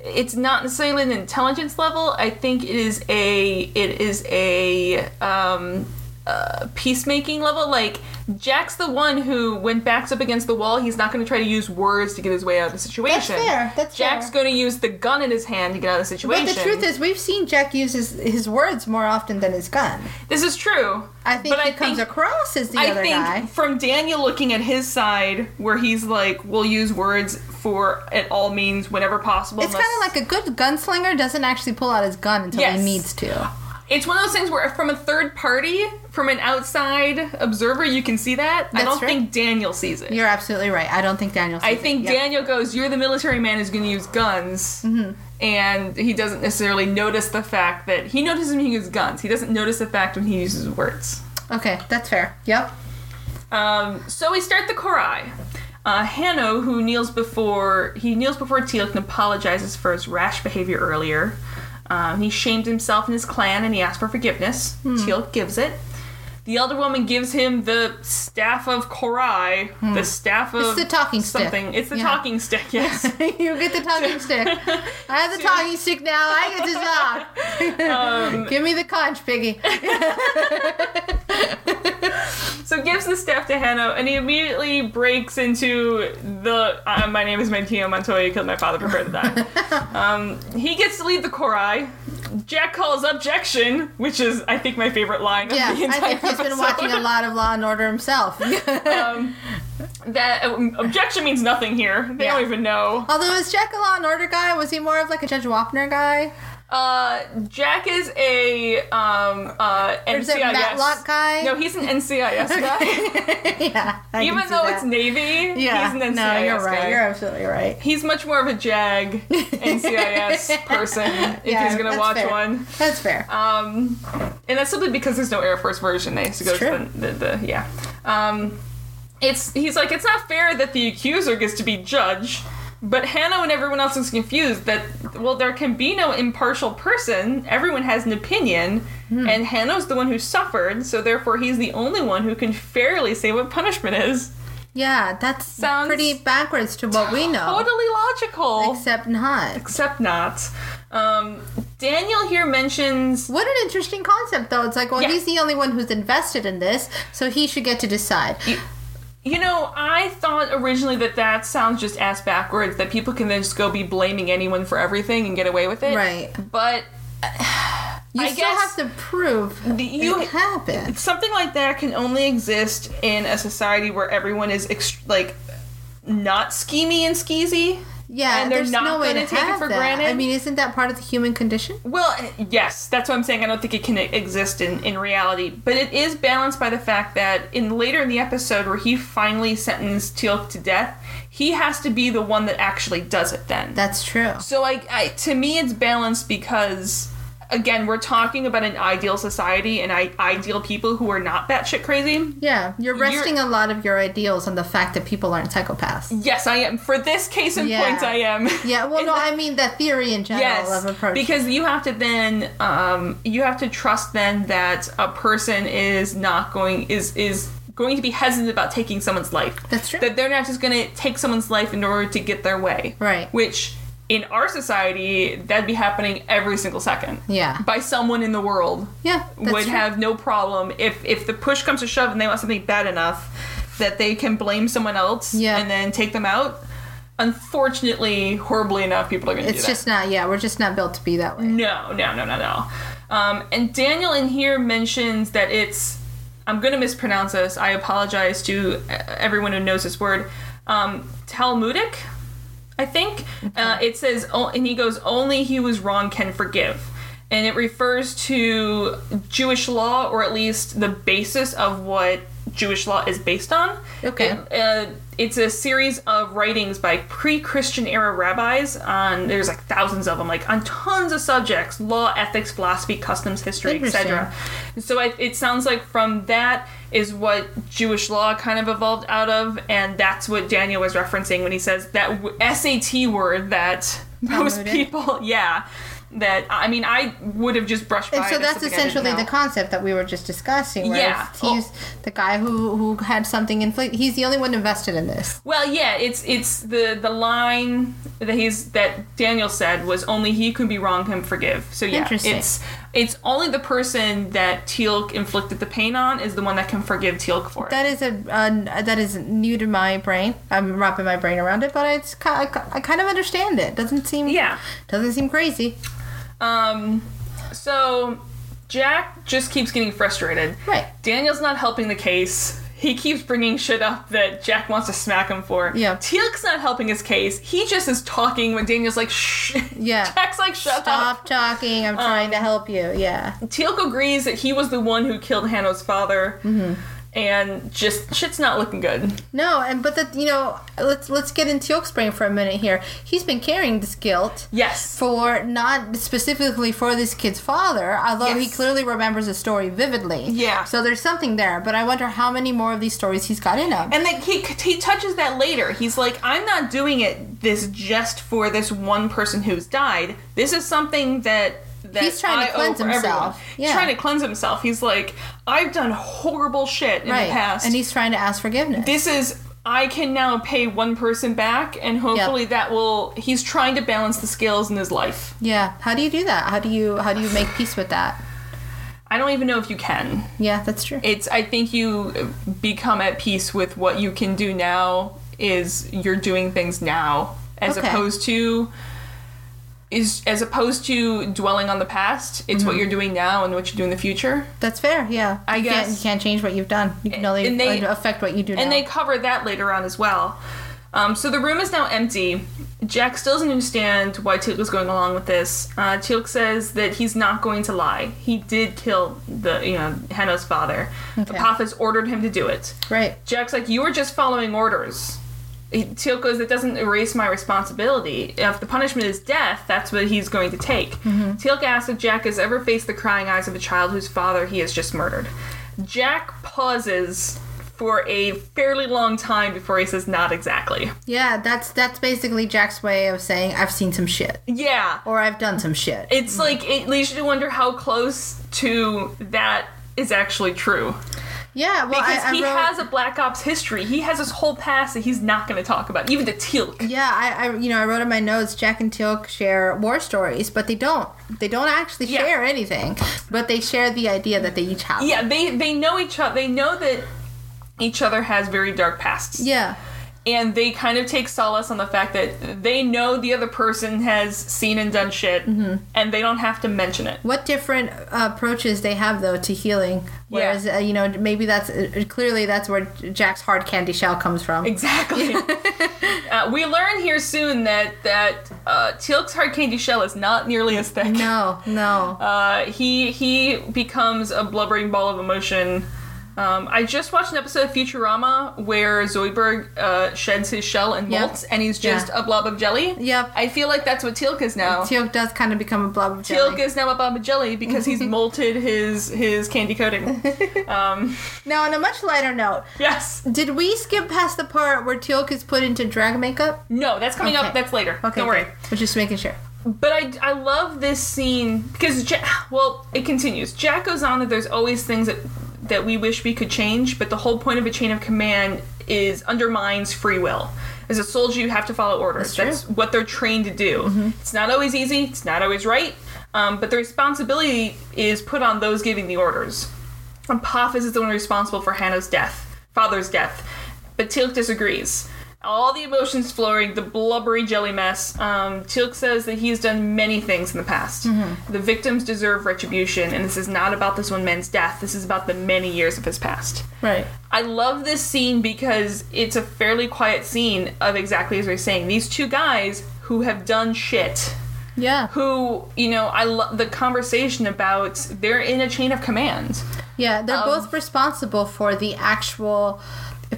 [SPEAKER 2] it's not necessarily an intelligence level. I think it is a it is a um, uh, peacemaking level. Like Jack's the one who, when backs up against the wall, he's not going to try to use words to get his way out of the situation.
[SPEAKER 3] fair, that's
[SPEAKER 2] Jack's
[SPEAKER 3] fair.
[SPEAKER 2] going to use the gun in his hand to get out of the
[SPEAKER 3] but
[SPEAKER 2] situation.
[SPEAKER 3] the truth is, we've seen Jack use his, his words more often than his gun.
[SPEAKER 2] this is true.
[SPEAKER 3] I think
[SPEAKER 2] But
[SPEAKER 3] he
[SPEAKER 2] I
[SPEAKER 3] comes
[SPEAKER 2] think-
[SPEAKER 3] across as the
[SPEAKER 2] I
[SPEAKER 3] other
[SPEAKER 2] think
[SPEAKER 3] guy.
[SPEAKER 2] from Daniel looking at his side, where he's like, "We'll use words for at all means, whenever possible."
[SPEAKER 3] It's kind of like a good gunslinger doesn't actually pull out his gun until
[SPEAKER 2] Yes.
[SPEAKER 3] he needs to.
[SPEAKER 2] it's one of those things where, from a third party, from an outside observer, you can see that. I
[SPEAKER 3] That's
[SPEAKER 2] don't
[SPEAKER 3] right.
[SPEAKER 2] think Daniel sees it.
[SPEAKER 3] You're absolutely right. I don't think Daniel.
[SPEAKER 2] I
[SPEAKER 3] sees it.
[SPEAKER 2] think
[SPEAKER 3] Yep.
[SPEAKER 2] Daniel goes, "You're the military man who's going to use guns,"
[SPEAKER 3] Mm-hmm.
[SPEAKER 2] and he doesn't necessarily notice the fact that he notices when he uses guns. He doesn't notice the fact when he uses words.
[SPEAKER 3] Okay, that's fair. Yep.
[SPEAKER 2] Um, so we start the Korai. Uh, Hanno, who kneels before he kneels before Teal'c and apologizes for his rash behavior earlier. Um, he shamed himself and his clan, and he asks for forgiveness.
[SPEAKER 3] Hmm.
[SPEAKER 2] Teal'c gives it. The elder woman gives him the staff of Korai, the staff of
[SPEAKER 3] Hmm. the talking stick.
[SPEAKER 2] something. It's the
[SPEAKER 3] Yeah.
[SPEAKER 2] talking stick. Yes.
[SPEAKER 3] *laughs* you get the
[SPEAKER 2] *laughs*
[SPEAKER 3] talking stick. I have the talking stick now. I get to talk.
[SPEAKER 2] Um,
[SPEAKER 3] *laughs* Give me the
[SPEAKER 2] *laughs*
[SPEAKER 3] conch, piggy.
[SPEAKER 2] So gives the staff to Hanno, and he immediately breaks into the uh, "My name is Mantino Montoya. You killed my father. Prepare to die."
[SPEAKER 3] *laughs*
[SPEAKER 2] um, he gets to lead the Korai. Jack calls objection, which is I think my favorite line.
[SPEAKER 3] Yeah,
[SPEAKER 2] of the
[SPEAKER 3] I
[SPEAKER 2] entire
[SPEAKER 3] think he's
[SPEAKER 2] episode.
[SPEAKER 3] been watching a lot of Law and
[SPEAKER 2] *laughs*
[SPEAKER 3] Order himself. *laughs*
[SPEAKER 2] That um, objection means nothing here. They don't
[SPEAKER 3] Yeah.
[SPEAKER 2] even know.
[SPEAKER 3] Although is Jack a Law and Order guy? Was he more of like a Judge Wapner guy,
[SPEAKER 2] Uh, Jack is a um uh
[SPEAKER 3] is it
[SPEAKER 2] NCIS
[SPEAKER 3] Matlock guy?
[SPEAKER 2] No, he's an NCIS guy.
[SPEAKER 3] *laughs* yeah. I
[SPEAKER 2] even
[SPEAKER 3] can see
[SPEAKER 2] though
[SPEAKER 3] that.
[SPEAKER 2] it's Navy,
[SPEAKER 3] yeah.
[SPEAKER 2] he's an NCIS
[SPEAKER 3] no, you're right.
[SPEAKER 2] guy.
[SPEAKER 3] You're absolutely right.
[SPEAKER 2] He's much more of a JAG
[SPEAKER 3] *laughs*
[SPEAKER 2] NCIS person if
[SPEAKER 3] Yeah,
[SPEAKER 2] he's gonna
[SPEAKER 3] that's
[SPEAKER 2] watch
[SPEAKER 3] fair.
[SPEAKER 2] one.
[SPEAKER 3] That's fair.
[SPEAKER 2] Um, and that's simply because there's no Air Force version. They used to go
[SPEAKER 3] It's
[SPEAKER 2] to
[SPEAKER 3] true.
[SPEAKER 2] the, the, the yeah. Um, it's he's like it's not fair that the accuser gets to be judge, but Hannah and everyone else is confused that well there can be no impartial person. Everyone has an opinion,
[SPEAKER 3] Hmm.
[SPEAKER 2] and Hannah's the one who suffered, so therefore he's the only one who can fairly say what punishment is.
[SPEAKER 3] yeah, that's
[SPEAKER 2] sounds
[SPEAKER 3] pretty backwards to what we know.
[SPEAKER 2] Totally logical.
[SPEAKER 3] Except not.
[SPEAKER 2] except not. Um, Daniel here mentions
[SPEAKER 3] What an interesting concept, though. It's like, well,
[SPEAKER 2] Yeah.
[SPEAKER 3] he's the only one who's invested in this, so he should get to decide.
[SPEAKER 2] You know, I thought originally that that sounds just ass backwards, that people can then just go be blaming anyone for everything and get away with it.
[SPEAKER 3] Right.
[SPEAKER 2] But
[SPEAKER 3] You
[SPEAKER 2] I
[SPEAKER 3] still
[SPEAKER 2] guess
[SPEAKER 3] have to prove
[SPEAKER 2] the- you-
[SPEAKER 3] it happened.
[SPEAKER 2] something like that can only exist in a society where everyone is ext- like not schemy and skeezy.
[SPEAKER 3] Yeah,
[SPEAKER 2] and they're
[SPEAKER 3] there's
[SPEAKER 2] not
[SPEAKER 3] no way
[SPEAKER 2] gonna
[SPEAKER 3] to
[SPEAKER 2] take it
[SPEAKER 3] have
[SPEAKER 2] for
[SPEAKER 3] that.
[SPEAKER 2] granted.
[SPEAKER 3] I mean, isn't that part of the human condition?
[SPEAKER 2] Well, yes, that's what I'm saying. I don't think it can exist in, in reality, but it is balanced by the fact that in later in the episode where he finally sentenced Teal'c to death, he has to be the one that actually does it. Then
[SPEAKER 3] That's true.
[SPEAKER 2] So I, I to me it's balanced because again we're talking about an ideal society and I, ideal people who are not batshit crazy.
[SPEAKER 3] Yeah, you're resting a lot of your ideals on the fact that people aren't psychopaths.
[SPEAKER 2] Yes, I am. For this case in
[SPEAKER 3] Yeah.
[SPEAKER 2] point, I am.
[SPEAKER 3] Yeah,
[SPEAKER 2] *laughs*
[SPEAKER 3] well,
[SPEAKER 2] In
[SPEAKER 3] no,
[SPEAKER 2] the-
[SPEAKER 3] I mean the theory in general
[SPEAKER 2] yes,
[SPEAKER 3] of approach.
[SPEAKER 2] because you have to then um, you have to trust then that a person is not going is is going to be hesitant about taking someone's life.
[SPEAKER 3] That's true.
[SPEAKER 2] That they're not just going to take someone's life in order to get their way.
[SPEAKER 3] Right.
[SPEAKER 2] Which in our society that'd be happening every single second.
[SPEAKER 3] Yeah.
[SPEAKER 2] By someone in the world.
[SPEAKER 3] yeah, that's
[SPEAKER 2] would
[SPEAKER 3] true.
[SPEAKER 2] have no problem if if the push comes to shove and they want something bad enough that they can blame someone else
[SPEAKER 3] Yeah.
[SPEAKER 2] and then take them out. unfortunately, horribly enough, people are going to do
[SPEAKER 3] It's
[SPEAKER 2] that.
[SPEAKER 3] just not, yeah, we're just not built to be that way.
[SPEAKER 2] No, no, no, no, no. Um, and Daniel in here mentions that it's. I'm going to mispronounce this. I apologize to uh, everyone who knows this word. Um, Talmudic, I think. Uh, it says, "O- and he goes, only he was wrong can forgive. And it refers to Jewish law, or at least the basis of what Jewish law is based on.
[SPEAKER 3] Okay.
[SPEAKER 2] It- uh, it's a series of writings by pre-Christian era rabbis on there's like thousands of them, like on tons of subjects: law, ethics, philosophy, customs, history, etc. So I, it sounds like from that is what Jewish law kind of evolved out of, and that's what Daniel was referencing when he says that w- SAT word that most
[SPEAKER 3] Downloaded.
[SPEAKER 2] people, *laughs* yeah. That I mean, I would have just brushed by.
[SPEAKER 3] And so
[SPEAKER 2] it as
[SPEAKER 3] that's
[SPEAKER 2] something I didn't
[SPEAKER 3] essentially the
[SPEAKER 2] know.
[SPEAKER 3] concept that we were just discussing. Where
[SPEAKER 2] Yeah. Oh.
[SPEAKER 3] it's- He's the guy who, who had something inflicted. He's the only one invested in this.
[SPEAKER 2] Well, yeah, it's it's the the line that he's that Daniel said was only he can be wrong, him forgive. So yeah,
[SPEAKER 3] Interesting.
[SPEAKER 2] it's it's only the person that Teal'c inflicted the pain on is the one that can forgive Teal'c for it.
[SPEAKER 3] That is a uh, that is new to my brain. I'm wrapping my brain around it, but it's ki- I ki- I kind of understand it. Doesn't seem
[SPEAKER 2] Yeah.
[SPEAKER 3] doesn't seem crazy.
[SPEAKER 2] um, so Jack just keeps getting frustrated.
[SPEAKER 3] Right.
[SPEAKER 2] Daniel's not helping the case. He keeps bringing shit up that Jack wants to smack him for.
[SPEAKER 3] Yeah.
[SPEAKER 2] Teal'c's not helping his case. He just is talking when Daniel's like, shh.
[SPEAKER 3] Yeah.
[SPEAKER 2] *laughs* Jack's like, shut up.
[SPEAKER 3] Stop talking. I'm trying to help you. Yeah.
[SPEAKER 2] Teal'c agrees that he was the one who killed Hanno's father,
[SPEAKER 3] Mm-hmm.
[SPEAKER 2] and just shit's not looking good.
[SPEAKER 3] No, and but that you know, let's let's get into Oak Spring for a minute here. He's been carrying this guilt
[SPEAKER 2] Yes,
[SPEAKER 3] for not specifically for this kid's father, although he
[SPEAKER 2] Yes.
[SPEAKER 3] clearly remembers the story vividly.
[SPEAKER 2] Yeah.
[SPEAKER 3] So there's something there, but I wonder how many more of these stories he's got in him.
[SPEAKER 2] and then he he touches that later. He's like, I'm not doing it this just for this one person who's died. This is something that. That
[SPEAKER 3] He's trying to
[SPEAKER 2] I owe
[SPEAKER 3] cleanse
[SPEAKER 2] for
[SPEAKER 3] himself.
[SPEAKER 2] everyone."
[SPEAKER 3] Yeah.
[SPEAKER 2] He's trying to cleanse himself. He's like, I've done horrible shit in the past.
[SPEAKER 3] And he's trying to ask forgiveness.
[SPEAKER 2] this is I can now pay one person back and hopefully that will he's trying to balance the scales in his life.
[SPEAKER 3] yeah. How do you do that? How do you how do you make peace with that?
[SPEAKER 2] I don't even know if you can.
[SPEAKER 3] Yeah, that's true.
[SPEAKER 2] it's i think you become at peace with what you can do now is you're doing things now as
[SPEAKER 3] Okay.
[SPEAKER 2] opposed to is as opposed to dwelling on the past it's
[SPEAKER 3] Mm-hmm.
[SPEAKER 2] what you're doing now and what you do in the future
[SPEAKER 3] that's fair. Yeah.
[SPEAKER 2] I
[SPEAKER 3] you Can't,
[SPEAKER 2] guess.
[SPEAKER 3] you can't change what you've done. You can only
[SPEAKER 2] And they-
[SPEAKER 3] affect what you do
[SPEAKER 2] and
[SPEAKER 3] now.
[SPEAKER 2] they cover that later on as well um, so the room is now empty jack still doesn't understand why teal'c is going along with this uh, teal'c says that he's not going to lie he did kill the you know hanno's father
[SPEAKER 3] Okay.
[SPEAKER 2] apophis ordered him to do it
[SPEAKER 3] right.
[SPEAKER 2] Jack's like, you were just following orders. He- Teal goes, that doesn't erase my responsibility. If the punishment is death, that's what he's going to take.
[SPEAKER 3] Mm-hmm.
[SPEAKER 2] Teal asks if Jack has ever faced the crying eyes of a child whose father he has just murdered. Jack pauses for a fairly long time before he says, not exactly.
[SPEAKER 3] Yeah, that's that's basically Jack's way of saying I've seen some shit
[SPEAKER 2] Yeah.
[SPEAKER 3] or I've done some shit.
[SPEAKER 2] It's like, it leads you to wonder how close to that is actually true.
[SPEAKER 3] Yeah, well,
[SPEAKER 2] Because
[SPEAKER 3] I, I
[SPEAKER 2] he
[SPEAKER 3] wrote,
[SPEAKER 2] has a Black Ops history. He has this whole past that he's not going to talk about, even to Teal'c.
[SPEAKER 3] yeah, I, I you know I wrote in my notes Jack and Teal'c share war stories, but they don't they don't actually
[SPEAKER 2] Yeah.
[SPEAKER 3] share anything, but they share the idea that they each have.
[SPEAKER 2] Yeah, they they know each other. They know that each other has very dark pasts.
[SPEAKER 3] yeah,
[SPEAKER 2] And they kind of take solace on the fact that they know the other person has seen and done shit,
[SPEAKER 3] Mm-hmm.
[SPEAKER 2] and they don't have to mention
[SPEAKER 3] *laughs*
[SPEAKER 2] it.
[SPEAKER 3] what different uh, approaches they have though to healing. Whereas uh, you know maybe that's uh, clearly that's where Jack's hard candy shell comes from.
[SPEAKER 2] Exactly. uh, we learn here soon that that uh, Teal'c's hard candy shell is not nearly as thick.
[SPEAKER 3] No, no.
[SPEAKER 2] Uh, he he becomes a blubbering ball of emotion. Um, I just watched an episode of Futurama where Zoidberg uh, sheds his shell and
[SPEAKER 3] Yeah.
[SPEAKER 2] molts, and he's just
[SPEAKER 3] Yeah.
[SPEAKER 2] a blob of jelly.
[SPEAKER 3] Yep.
[SPEAKER 2] I feel like that's what Teal'c is now.
[SPEAKER 3] Teal'c does kind of become a blob of jelly.
[SPEAKER 2] Teal'c is now a blob of jelly because
[SPEAKER 3] *laughs*
[SPEAKER 2] he's molted his his candy coating.
[SPEAKER 3] now on a much lighter note,
[SPEAKER 2] yes.
[SPEAKER 3] Did we skip past the part where Teal'c is put into drag makeup?
[SPEAKER 2] No, that's coming
[SPEAKER 3] Okay.
[SPEAKER 2] up. That's later.
[SPEAKER 3] Okay,
[SPEAKER 2] Don't worry.
[SPEAKER 3] good. We're just making sure.
[SPEAKER 2] But I, I love this scene because Jack, well, it continues. Jack goes on that there's always things that that we wish we could change, but the whole point of a chain of command is undermines free will. As a soldier, you have to follow orders.
[SPEAKER 3] That's
[SPEAKER 2] That's, what they're trained to do. It's not always easy. It's not always right. Um, but the responsibility is put on those giving the orders. Apophis is the one responsible for Hannah's death, father's death, but Teal'c disagrees. all the emotions flowing, the blubbery jelly mess. Um, Teal'c says that he's done many things in the past. The victims deserve retribution, and this is not about this one man's death. This is about the many years of his past.
[SPEAKER 3] Right.
[SPEAKER 2] I love this scene because it's a fairly quiet scene of exactly as we're saying. These two guys who have done shit
[SPEAKER 3] Yeah.
[SPEAKER 2] who you know i love the conversation about they're in a chain of command
[SPEAKER 3] Yeah,
[SPEAKER 2] um,
[SPEAKER 3] they're both responsible for the actual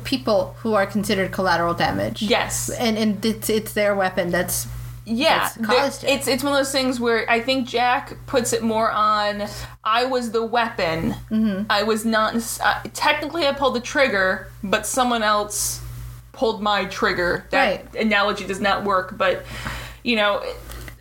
[SPEAKER 3] people who are considered collateral damage.
[SPEAKER 2] yes
[SPEAKER 3] And and it's it's their weapon that's
[SPEAKER 2] yeah
[SPEAKER 3] It's caused
[SPEAKER 2] There- it's it's one of those things where i think jack puts it more on i was the weapon
[SPEAKER 3] Mm-hmm.
[SPEAKER 2] i was not uh, technically i pulled the trigger but someone else pulled my trigger that
[SPEAKER 3] Right.
[SPEAKER 2] analogy does not work but you know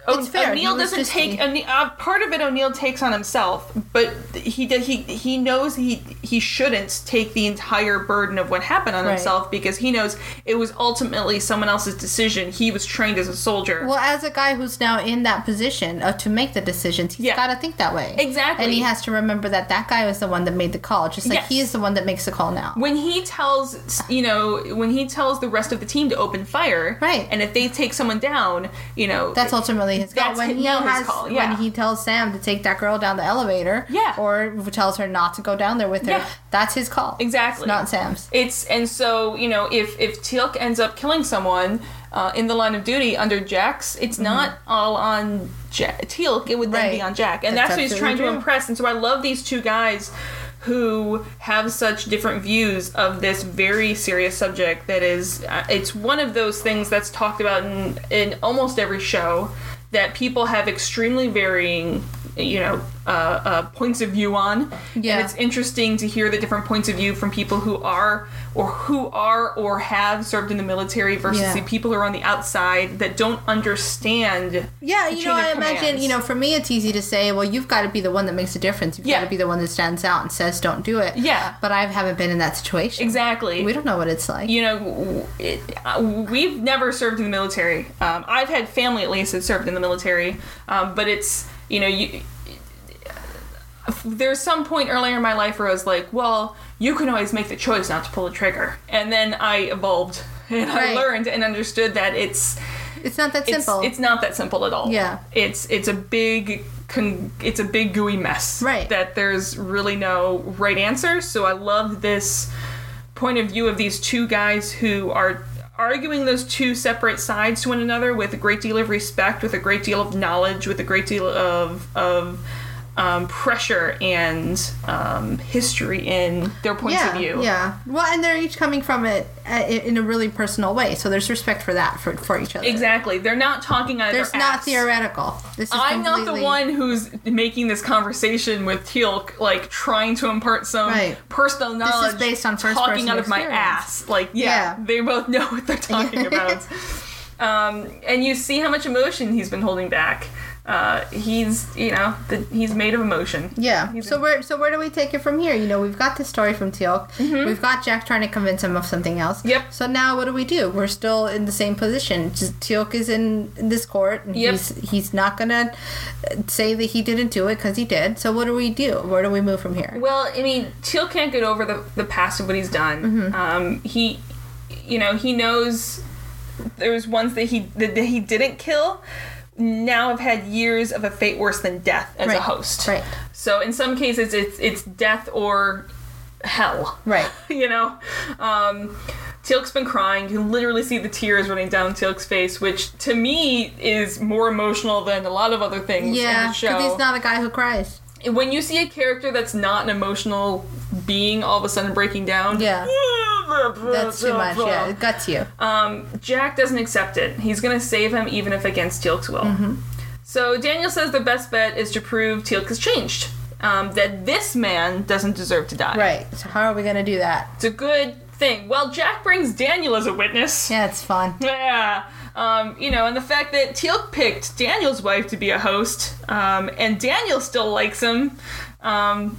[SPEAKER 2] O-
[SPEAKER 3] It's fair. He
[SPEAKER 2] O'Neill
[SPEAKER 3] was
[SPEAKER 2] doesn't
[SPEAKER 3] just
[SPEAKER 2] take
[SPEAKER 3] a-
[SPEAKER 2] O'Ne- uh, part of it. O'Neill takes on himself, but he did, he he knows he he shouldn't take the entire burden of what happened on
[SPEAKER 3] Right.
[SPEAKER 2] himself because he knows it was ultimately someone else's decision. He was trained as a soldier.
[SPEAKER 3] well, as a guy who's now in that position uh, to make the decisions, he's
[SPEAKER 2] Yeah.
[SPEAKER 3] got to think that way.
[SPEAKER 2] Exactly.
[SPEAKER 3] And he has to remember that that guy was the one that made the call, just like
[SPEAKER 2] Yes.
[SPEAKER 3] he is the one that makes the call now.
[SPEAKER 2] when he tells you know when he tells the rest of the team to open fire,
[SPEAKER 3] Right.
[SPEAKER 2] And if they take someone down, you know
[SPEAKER 3] That's ultimately his call.
[SPEAKER 2] That's
[SPEAKER 3] When
[SPEAKER 2] his-
[SPEAKER 3] he
[SPEAKER 2] now his
[SPEAKER 3] has,
[SPEAKER 2] call, yeah.
[SPEAKER 3] when he tells Sam to take that girl down the elevator,
[SPEAKER 2] Yeah.
[SPEAKER 3] or tells her not to go down there with her,
[SPEAKER 2] Yeah.
[SPEAKER 3] that's his call.
[SPEAKER 2] Exactly.
[SPEAKER 3] It's not Sam's.
[SPEAKER 2] It's and so you know if if Teal'c ends up killing someone uh, in the line of duty under Jax, it's not all on ja- Teal'c. It would then be
[SPEAKER 3] Mm-hmm. Right.
[SPEAKER 2] on Jack, and that's,
[SPEAKER 3] That's
[SPEAKER 2] what he's trying
[SPEAKER 3] absolutely
[SPEAKER 2] to
[SPEAKER 3] true.
[SPEAKER 2] impress. And so I love these two guys who have such different views of this very serious subject that is uh, it's one of those things that's talked about in in almost every show that people have extremely varying you know uh, uh, points of view on
[SPEAKER 3] Yeah.
[SPEAKER 2] and it's interesting to hear the different points of view from people who are or who are or have served in the military versus
[SPEAKER 3] Yeah.
[SPEAKER 2] the people who are on the outside that don't understand.
[SPEAKER 3] Yeah,
[SPEAKER 2] the
[SPEAKER 3] you
[SPEAKER 2] chain
[SPEAKER 3] know,
[SPEAKER 2] of
[SPEAKER 3] I imagine,
[SPEAKER 2] commands.
[SPEAKER 3] you know, for me, it's easy to say, well, you've got to be the one that makes a difference. You've
[SPEAKER 2] Yeah.
[SPEAKER 3] got to be the one that stands out and says, don't do it.
[SPEAKER 2] Yeah.
[SPEAKER 3] But I haven't been in that situation.
[SPEAKER 2] exactly.
[SPEAKER 3] We don't know what it's like.
[SPEAKER 2] you know, w- it, uh, we've never served in the military. Um, I've had family, at least, that served in the military. Um, but it's, you know, you, there's some point earlier in my life where I was like, well, you can always make the choice not to pull the trigger. And then I evolved and I
[SPEAKER 3] Right.
[SPEAKER 2] learned and understood that it's.
[SPEAKER 3] it's not that
[SPEAKER 2] It's,
[SPEAKER 3] simple.
[SPEAKER 2] it's not that simple at all.
[SPEAKER 3] Yeah.
[SPEAKER 2] It's it's a big con- it's a big gooey mess.
[SPEAKER 3] Right.
[SPEAKER 2] That there's really no right answer. So I love this point of view of these two guys who are arguing those two separate sides to one another with a great deal of respect, with a great deal of knowledge, with a great deal of of um, pressure and um, history in their points
[SPEAKER 3] yeah,
[SPEAKER 2] of view.
[SPEAKER 3] yeah. Well, and they're each coming from it uh, in a really personal way, so there's respect for that for, for each other.
[SPEAKER 2] Exactly. They're not talking out of
[SPEAKER 3] There's
[SPEAKER 2] their
[SPEAKER 3] not
[SPEAKER 2] ass.
[SPEAKER 3] theoretical. This is
[SPEAKER 2] I'm not the
[SPEAKER 3] completely-
[SPEAKER 2] one who's making this conversation with Teal'c, like trying to impart some
[SPEAKER 3] Right.
[SPEAKER 2] personal knowledge.
[SPEAKER 3] based on first
[SPEAKER 2] talking
[SPEAKER 3] person
[SPEAKER 2] out of my
[SPEAKER 3] experience.
[SPEAKER 2] ass. Like, yeah,
[SPEAKER 3] Yeah.
[SPEAKER 2] they both know what they're
[SPEAKER 3] *laughs*
[SPEAKER 2] talking about. Um, and you see how much emotion he's been holding back. Uh, he's, you know, the, he's made of emotion.
[SPEAKER 3] Yeah. So where so where do we take it from here? You know, we've got this story from Teal'c. We've got Jack trying to convince him of something else.
[SPEAKER 2] Mm-hmm. Yep.
[SPEAKER 3] So now what do we do? We're still in the same position. Just Teal'c is in, in this court, and
[SPEAKER 2] Yep.
[SPEAKER 3] he's he's not gonna uh, say that he didn't do it because he did. So what do we do? Where do we move from here?
[SPEAKER 2] Well, I mean, Teal can't get over the, the past of what he's done.
[SPEAKER 3] Mm-hmm.
[SPEAKER 2] Um, he, you know, he knows there's ones that he that, that he didn't kill. Now have had years of a fate worse than death as a
[SPEAKER 3] Right.
[SPEAKER 2] host.
[SPEAKER 3] Right.
[SPEAKER 2] So in some cases, it's it's death or hell.
[SPEAKER 3] Right.
[SPEAKER 2] *laughs* you know, um, Teal'c's been crying. You can literally see the tears running down Teal'c's face, which to me is more emotional than a lot of other things in
[SPEAKER 3] Yeah.
[SPEAKER 2] the show
[SPEAKER 3] Because he's not a guy who cries.
[SPEAKER 2] when you see a character that's not an emotional being all of a sudden breaking down *laughs*
[SPEAKER 3] Yeah. That's too much. Yeah. It guts you.
[SPEAKER 2] um, jack doesn't accept it he's gonna save him even if against teal'c's will
[SPEAKER 3] Mm-hmm.
[SPEAKER 2] so daniel says the best bet is to prove teal'c has changed um, that this man doesn't deserve to die
[SPEAKER 3] Right. So how are we gonna do that?
[SPEAKER 2] it's a good thing well jack brings daniel as a witness
[SPEAKER 3] Yeah, it's fun.
[SPEAKER 2] *laughs* yeah. Um, you know, and the fact that Teal'c picked Daniel's wife to be a host, um, and Daniel still likes him. Um,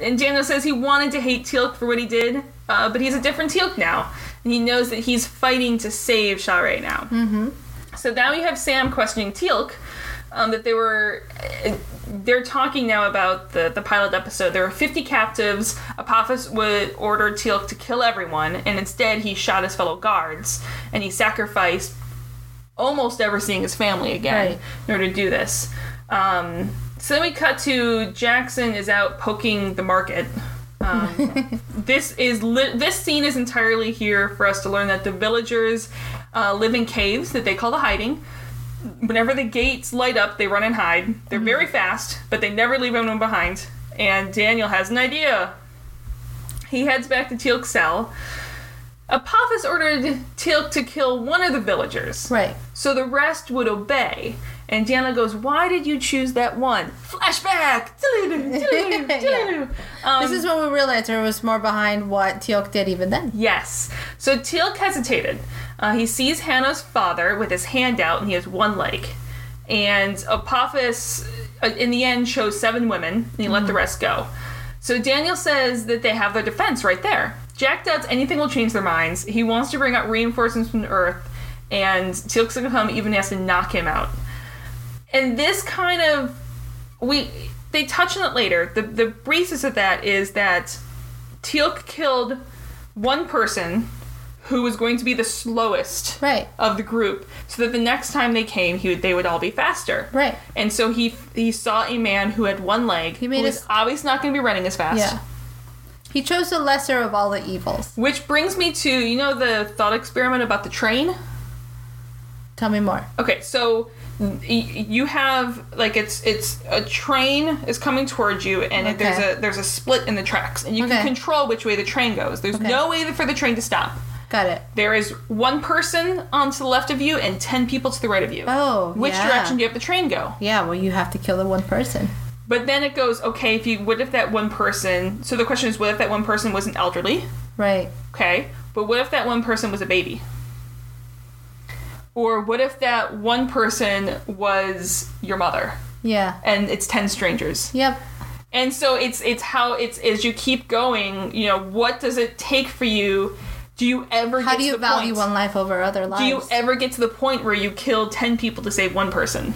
[SPEAKER 2] and Daniel says he wanted to hate Teal'c for what he did, uh, but he's a different Teal'c now, and he knows that he's fighting to save Shara now. Mm-hmm. So now you have Sam questioning Teal'c, um, that they were. They're talking now about the, the pilot episode. There were 50 captives. Apophis would order Teal'c to kill everyone, and instead he shot his fellow guards, and he sacrificed almost ever seeing his family again
[SPEAKER 3] Right.
[SPEAKER 2] in order to do this. Um, so then we cut to Jackson is out poking the market. Um, this is li- this scene is entirely here for us to learn that the villagers uh, live in caves that they call the hiding. Whenever the gates light up, they run and hide. They're
[SPEAKER 3] Mm-hmm.
[SPEAKER 2] very fast, but they never leave anyone behind. And Daniel has an idea. He heads back to Teal'c's cell. Apophis ordered Teal'c to kill one of the villagers
[SPEAKER 3] Right.
[SPEAKER 2] so the rest would obey. And Diana goes, "Why did you choose that one?" Flashback.
[SPEAKER 3] *laughs* Yeah.
[SPEAKER 2] um,
[SPEAKER 3] This is when we realized there was more behind what Teal'c did even then.
[SPEAKER 2] yes. So Teal'c hesitated. Uh, he sees Hannah's father with his hand out, and he has one leg. And Apophis, uh, in the end, chose seven women, and he let the rest go. So Daniel says that they have their defense right there. Jack doubts anything will change their minds. He wants to bring out reinforcements from Earth, and Teal'c's gonna come, even has to knock him out. and this kind of we they touch on it later. The the basis of that is that Teal'c killed one person who was going to be the slowest
[SPEAKER 3] Right.
[SPEAKER 2] of the group, so that the next time they came, he would, they would all be faster.
[SPEAKER 3] Right.
[SPEAKER 2] And so he he saw a man who had one leg. He
[SPEAKER 3] made
[SPEAKER 2] who
[SPEAKER 3] us-
[SPEAKER 2] was obviously not going to be running as fast.
[SPEAKER 3] Yeah. He chose the lesser of all the evils.
[SPEAKER 2] Which brings me to you know the thought experiment about the train.
[SPEAKER 3] Tell me more.
[SPEAKER 2] Okay, so y- you have like it's it's a train is coming towards you, and it
[SPEAKER 3] Okay.
[SPEAKER 2] there's a there's a split in the tracks, and you
[SPEAKER 3] Okay.
[SPEAKER 2] can control which way the train goes. There's
[SPEAKER 3] Okay.
[SPEAKER 2] no way for the train to stop.
[SPEAKER 3] Got it.
[SPEAKER 2] There is one person on to the left of you and ten people to the right of you.
[SPEAKER 3] Oh,
[SPEAKER 2] which
[SPEAKER 3] yeah.
[SPEAKER 2] direction do you have the train go?
[SPEAKER 3] Yeah, well, you have to kill the one person.
[SPEAKER 2] But then it goes okay. If you what if that one person? So the question is, what if that one person was an elderly?
[SPEAKER 3] Right.
[SPEAKER 2] Okay, but what if that one person was a baby? Or what if that one person was your mother?
[SPEAKER 3] Yeah.
[SPEAKER 2] and it's 10 strangers
[SPEAKER 3] Yep.
[SPEAKER 2] and so it's it's how it's as you keep going you know what does it take for you do you ever
[SPEAKER 3] How
[SPEAKER 2] get
[SPEAKER 3] do
[SPEAKER 2] to
[SPEAKER 3] you
[SPEAKER 2] the
[SPEAKER 3] value
[SPEAKER 2] point?
[SPEAKER 3] one life over other lives?
[SPEAKER 2] do you ever get to the point where you kill 10 people to save one person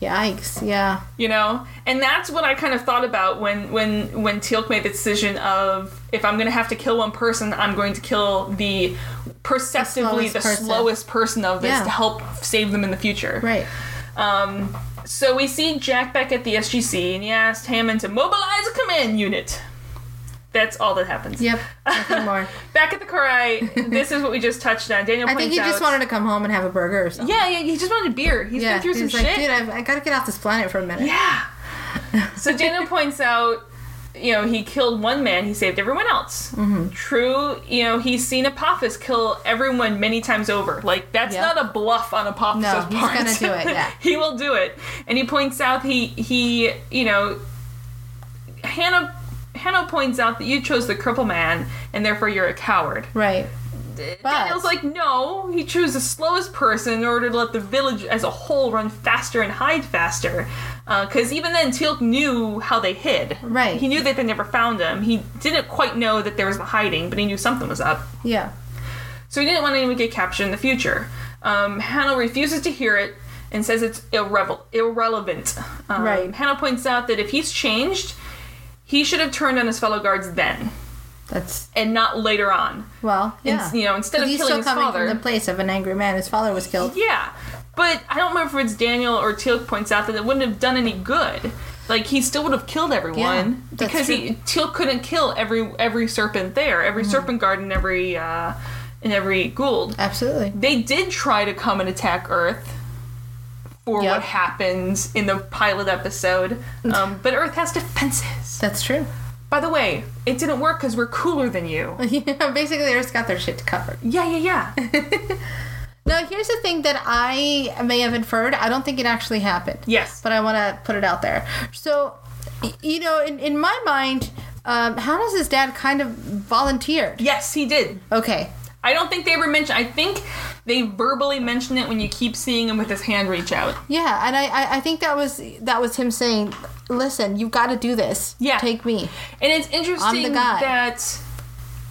[SPEAKER 3] Yikes. Yeah.
[SPEAKER 2] you know and that's what i kind of thought about when when when teal'c made the decision of if i'm gonna have to kill one person i'm going to kill the perceptively
[SPEAKER 3] slowest
[SPEAKER 2] the slowest,
[SPEAKER 3] person.
[SPEAKER 2] person of this
[SPEAKER 3] Yeah.
[SPEAKER 2] to help save them in the future
[SPEAKER 3] Right.
[SPEAKER 2] Um, so we see Jack back at the SGC, and he asked Hammond to mobilize a command unit. That's all that happens.
[SPEAKER 3] Yep. Nothing
[SPEAKER 2] *laughs*
[SPEAKER 3] more.
[SPEAKER 2] Back at the
[SPEAKER 3] *laughs*
[SPEAKER 2] Karai, this is what we just touched on. Daniel
[SPEAKER 3] I
[SPEAKER 2] points
[SPEAKER 3] think he just
[SPEAKER 2] out-
[SPEAKER 3] wanted to come home and have a burger or something.
[SPEAKER 2] Yeah, yeah, he just wanted a beer. He's been through some
[SPEAKER 3] he's like,
[SPEAKER 2] shit.
[SPEAKER 3] dude, I've, I gotta get off this planet for a minute.
[SPEAKER 2] Yeah. So Daniel points out, you know, he killed one man, he saved everyone else.
[SPEAKER 3] Mm-hmm.
[SPEAKER 2] True, you know, he's seen Apophis kill everyone many times over. Like that's
[SPEAKER 3] Yeah.
[SPEAKER 2] not a bluff on Apophis's
[SPEAKER 3] No, he's
[SPEAKER 2] part.
[SPEAKER 3] gonna do it, yeah.
[SPEAKER 2] *laughs* he will do it. And he points out he he you know Hannah Hannah points out that you chose the cripple man and therefore you're a coward.
[SPEAKER 3] Right.
[SPEAKER 2] Daniel's like, no, he chose the slowest person in order to let the village as a whole run faster and hide faster. Because even then, Teal'c knew how they hid.
[SPEAKER 3] Right.
[SPEAKER 2] He knew that they never found him. He didn't quite know that there was the hiding, but he knew something was up.
[SPEAKER 3] Yeah.
[SPEAKER 2] So he didn't want anyone to get captured in the future. Um, Hannah refuses to hear it and says it's irrevel- irrelevant. Um,
[SPEAKER 3] Right.
[SPEAKER 2] Hannah points out that if he's changed, he should have turned on his fellow guards then
[SPEAKER 3] That's
[SPEAKER 2] and not later on.
[SPEAKER 3] well. Yeah.
[SPEAKER 2] Ins- you know, instead
[SPEAKER 3] 'Cause
[SPEAKER 2] of
[SPEAKER 3] he's
[SPEAKER 2] killing
[SPEAKER 3] still
[SPEAKER 2] his
[SPEAKER 3] coming
[SPEAKER 2] father-
[SPEAKER 3] from the place of an angry man whose father was killed.
[SPEAKER 2] Yeah, but I don't remember if it's Daniel or Teal'c points out that it wouldn't have done any good. Like he still would have killed everyone
[SPEAKER 3] Yeah, that's
[SPEAKER 2] because he Teal'c couldn't kill every every serpent there, every
[SPEAKER 3] Mm-hmm.
[SPEAKER 2] serpent guard, and every uh, and every Gould.
[SPEAKER 3] Absolutely.
[SPEAKER 2] They did try to come and attack Earth for
[SPEAKER 3] Yep.
[SPEAKER 2] what happens in the pilot episode, um, but Earth has defenses.
[SPEAKER 3] That's true. *laughs*
[SPEAKER 2] By the way, it didn't work because we're cooler than you.
[SPEAKER 3] yeah. Basically, Earth's got their shit covered.
[SPEAKER 2] Yeah, yeah, yeah.
[SPEAKER 3] Now, here's the thing that I may have inferred. I don't think it actually happened. *laughs*
[SPEAKER 2] Yes.
[SPEAKER 3] But I want to put it out there. So, y- you know, in, in my mind, um, how does his dad kind of volunteered?
[SPEAKER 2] yes, he did.
[SPEAKER 3] Okay.
[SPEAKER 2] I don't think they ever mention. I think they verbally mention it when you keep seeing him with his hand reach out.
[SPEAKER 3] Yeah, and I, I, I think that was that was him saying, "Listen, you've got to do this.
[SPEAKER 2] Yeah.
[SPEAKER 3] take me."
[SPEAKER 2] And it's interesting
[SPEAKER 3] guy.
[SPEAKER 2] that.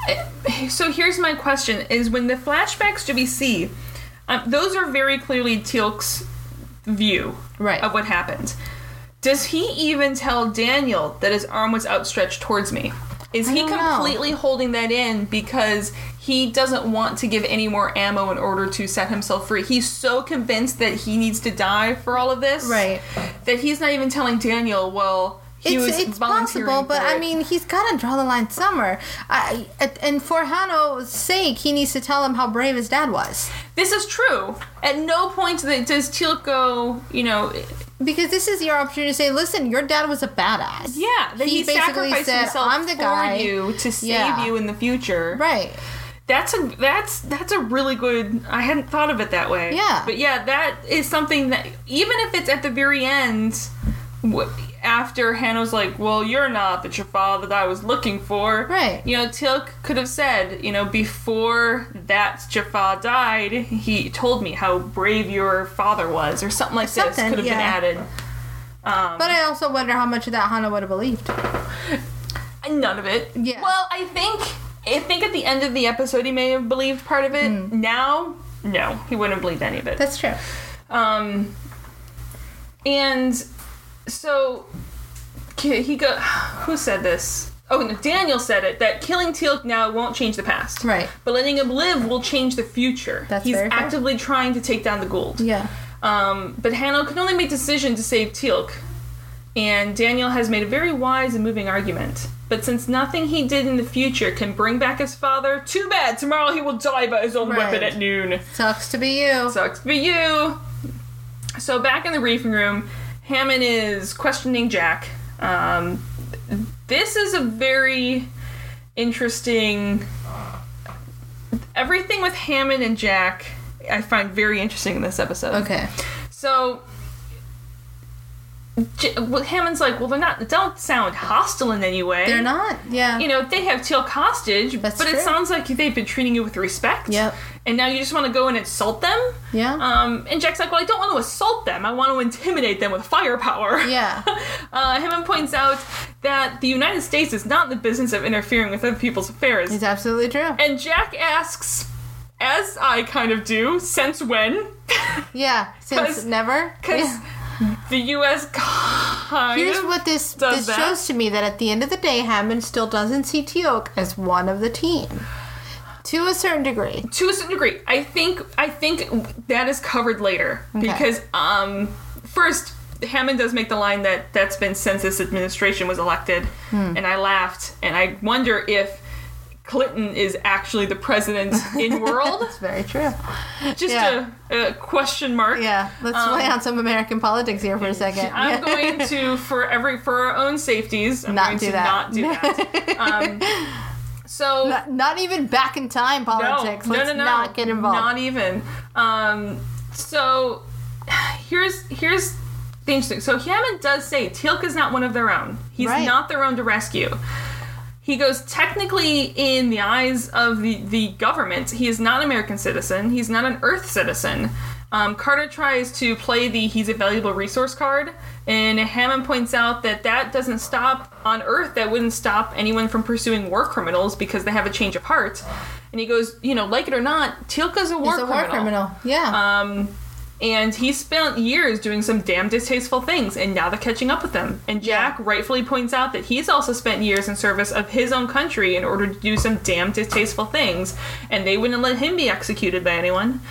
[SPEAKER 2] eh, So here's my question: Is when the flashbacks to BC, um, those are very clearly Teal'c's view
[SPEAKER 3] Right.
[SPEAKER 2] of what happened. Does he even tell Daniel that his arm was outstretched towards me? Is he
[SPEAKER 3] don't know.
[SPEAKER 2] completely holding that in because he doesn't want to give any more ammo in order to set himself free? He's so convinced that he needs to die for all of this,
[SPEAKER 3] Right.
[SPEAKER 2] That he's not even telling Daniel. Well, he
[SPEAKER 3] it's,
[SPEAKER 2] was
[SPEAKER 3] it's
[SPEAKER 2] volunteering
[SPEAKER 3] possible, but
[SPEAKER 2] for
[SPEAKER 3] I
[SPEAKER 2] it.
[SPEAKER 3] mean, he's got to draw the line somewhere. I, I- and for Hano's sake, he needs to tell him how brave his dad was,
[SPEAKER 2] this is true. At no point that does Teal go, you know,
[SPEAKER 3] because this is your opportunity to say, "Listen, your dad was a badass."
[SPEAKER 2] yeah, that he, sacrificed himself
[SPEAKER 3] "I'm the
[SPEAKER 2] for
[SPEAKER 3] guy."
[SPEAKER 2] you to save
[SPEAKER 3] Yeah.
[SPEAKER 2] you in the future,
[SPEAKER 3] Right.
[SPEAKER 2] That's a that's that's a really good. I hadn't thought of it that way.
[SPEAKER 3] Yeah.
[SPEAKER 2] But yeah, that is something that even if it's at the very end, wh- after Hannah's like, "Well, you're not that your father that I was looking for."
[SPEAKER 3] Right.
[SPEAKER 2] You know, Tilk could have said, you know, before that Jafar died, he told me how brave your father was, or something like this
[SPEAKER 3] Something,
[SPEAKER 2] could have
[SPEAKER 3] yeah.
[SPEAKER 2] been added.
[SPEAKER 3] But I also wonder how much of that Hano would have believed.
[SPEAKER 2] Um, none of it.
[SPEAKER 3] Yeah.
[SPEAKER 2] Well, I think I think at the end of the episode he may have believed part of it.
[SPEAKER 3] Hmm.
[SPEAKER 2] Now. No, he wouldn't have believed any of it.
[SPEAKER 3] That's true.
[SPEAKER 2] Um, and so k- he go. *sighs* Who said this? Oh, no, Daniel said it that killing Teal'c now won't change the past,
[SPEAKER 3] Right.
[SPEAKER 2] But letting him live will change the future.
[SPEAKER 3] That's
[SPEAKER 2] He's
[SPEAKER 3] very fair.
[SPEAKER 2] actively trying to take down the Gould.
[SPEAKER 3] Yeah.
[SPEAKER 2] Um, but Hanno can only make decision to save Teal'c, and Daniel has made a very wise and moving argument. But since nothing he did in the future can bring back his father, too bad. Tomorrow he will die by his own weapon
[SPEAKER 3] Right.
[SPEAKER 2] at noon
[SPEAKER 3] Sucks to be you.
[SPEAKER 2] sucks for you. So back in the briefing room, Hammond is questioning Jack. Um, this is a very interesting. Everything with Hammond and Jack, I find very interesting in this episode.
[SPEAKER 3] Okay.
[SPEAKER 2] So. J- well, Hammond's like, well, they're not. They don't sound hostile in any way.
[SPEAKER 3] They're not. Yeah.
[SPEAKER 2] You know, they have Teal hostage,
[SPEAKER 3] That's
[SPEAKER 2] but it
[SPEAKER 3] true.
[SPEAKER 2] sounds like they've been treating you with respect.
[SPEAKER 3] Yep.
[SPEAKER 2] And now you just want to go and insult them.
[SPEAKER 3] yeah.
[SPEAKER 2] Um, and Jack's like, well, I don't want to assault them. I want to intimidate them with firepower.
[SPEAKER 3] Yeah.
[SPEAKER 2] *laughs* uh, Hammond points out that the United States is not in the business of interfering with other people's affairs.
[SPEAKER 3] it's absolutely true.
[SPEAKER 2] And Jack asks, as I kind of do, since when?
[SPEAKER 3] *laughs* Yeah. Since
[SPEAKER 2] *laughs* 'Cause-
[SPEAKER 3] never.
[SPEAKER 2] Because
[SPEAKER 3] Yeah.
[SPEAKER 2] the U.S. kind
[SPEAKER 3] Here's
[SPEAKER 2] of
[SPEAKER 3] what this
[SPEAKER 2] does
[SPEAKER 3] this
[SPEAKER 2] that.
[SPEAKER 3] shows to me that at the end of the day, Hammond still doesn't see Teal'c as one of the team, to a certain degree.
[SPEAKER 2] to a certain degree i think i think that is covered later because um first hammond does make the line that that's been since this administration was elected
[SPEAKER 3] Hmm.
[SPEAKER 2] and i laughed and i wonder if clinton is actually the president
[SPEAKER 3] *laughs*
[SPEAKER 2] in world
[SPEAKER 3] That's very true.
[SPEAKER 2] just
[SPEAKER 3] Yeah.
[SPEAKER 2] a, a question mark
[SPEAKER 3] Yeah. Let's play on some American politics here for a second.
[SPEAKER 2] Um, I'm going to for every for our own safeties. I'm
[SPEAKER 3] Not
[SPEAKER 2] going
[SPEAKER 3] do
[SPEAKER 2] to
[SPEAKER 3] that.
[SPEAKER 2] not do that.
[SPEAKER 3] *laughs*
[SPEAKER 2] Um, so
[SPEAKER 3] not, *laughs* not even back in time politics. Let's not get involved.
[SPEAKER 2] Not even. Um, so here's here's the interesting. So Hammond does say Teal'c is not one of their own. He's
[SPEAKER 3] Right.
[SPEAKER 2] not their own to rescue. He goes technically in the eyes of the the government. He is not an American citizen. He's not an Earth citizen. Um, Carter tries to play the he's a valuable resource card, and Hammond points out that that doesn't stop on Earth. That wouldn't stop anyone from pursuing war criminals because they have a change of heart. And he goes, you know, like it or not, Tilka's a war
[SPEAKER 3] He's a
[SPEAKER 2] criminal.
[SPEAKER 3] war criminal. Yeah.
[SPEAKER 2] Um, and he spent years doing some damn distasteful things, and now they're catching up with him. And Jack rightfully points out that he's also spent years in service of his own country in order to do some damn distasteful things, and they wouldn't let him be executed by anyone.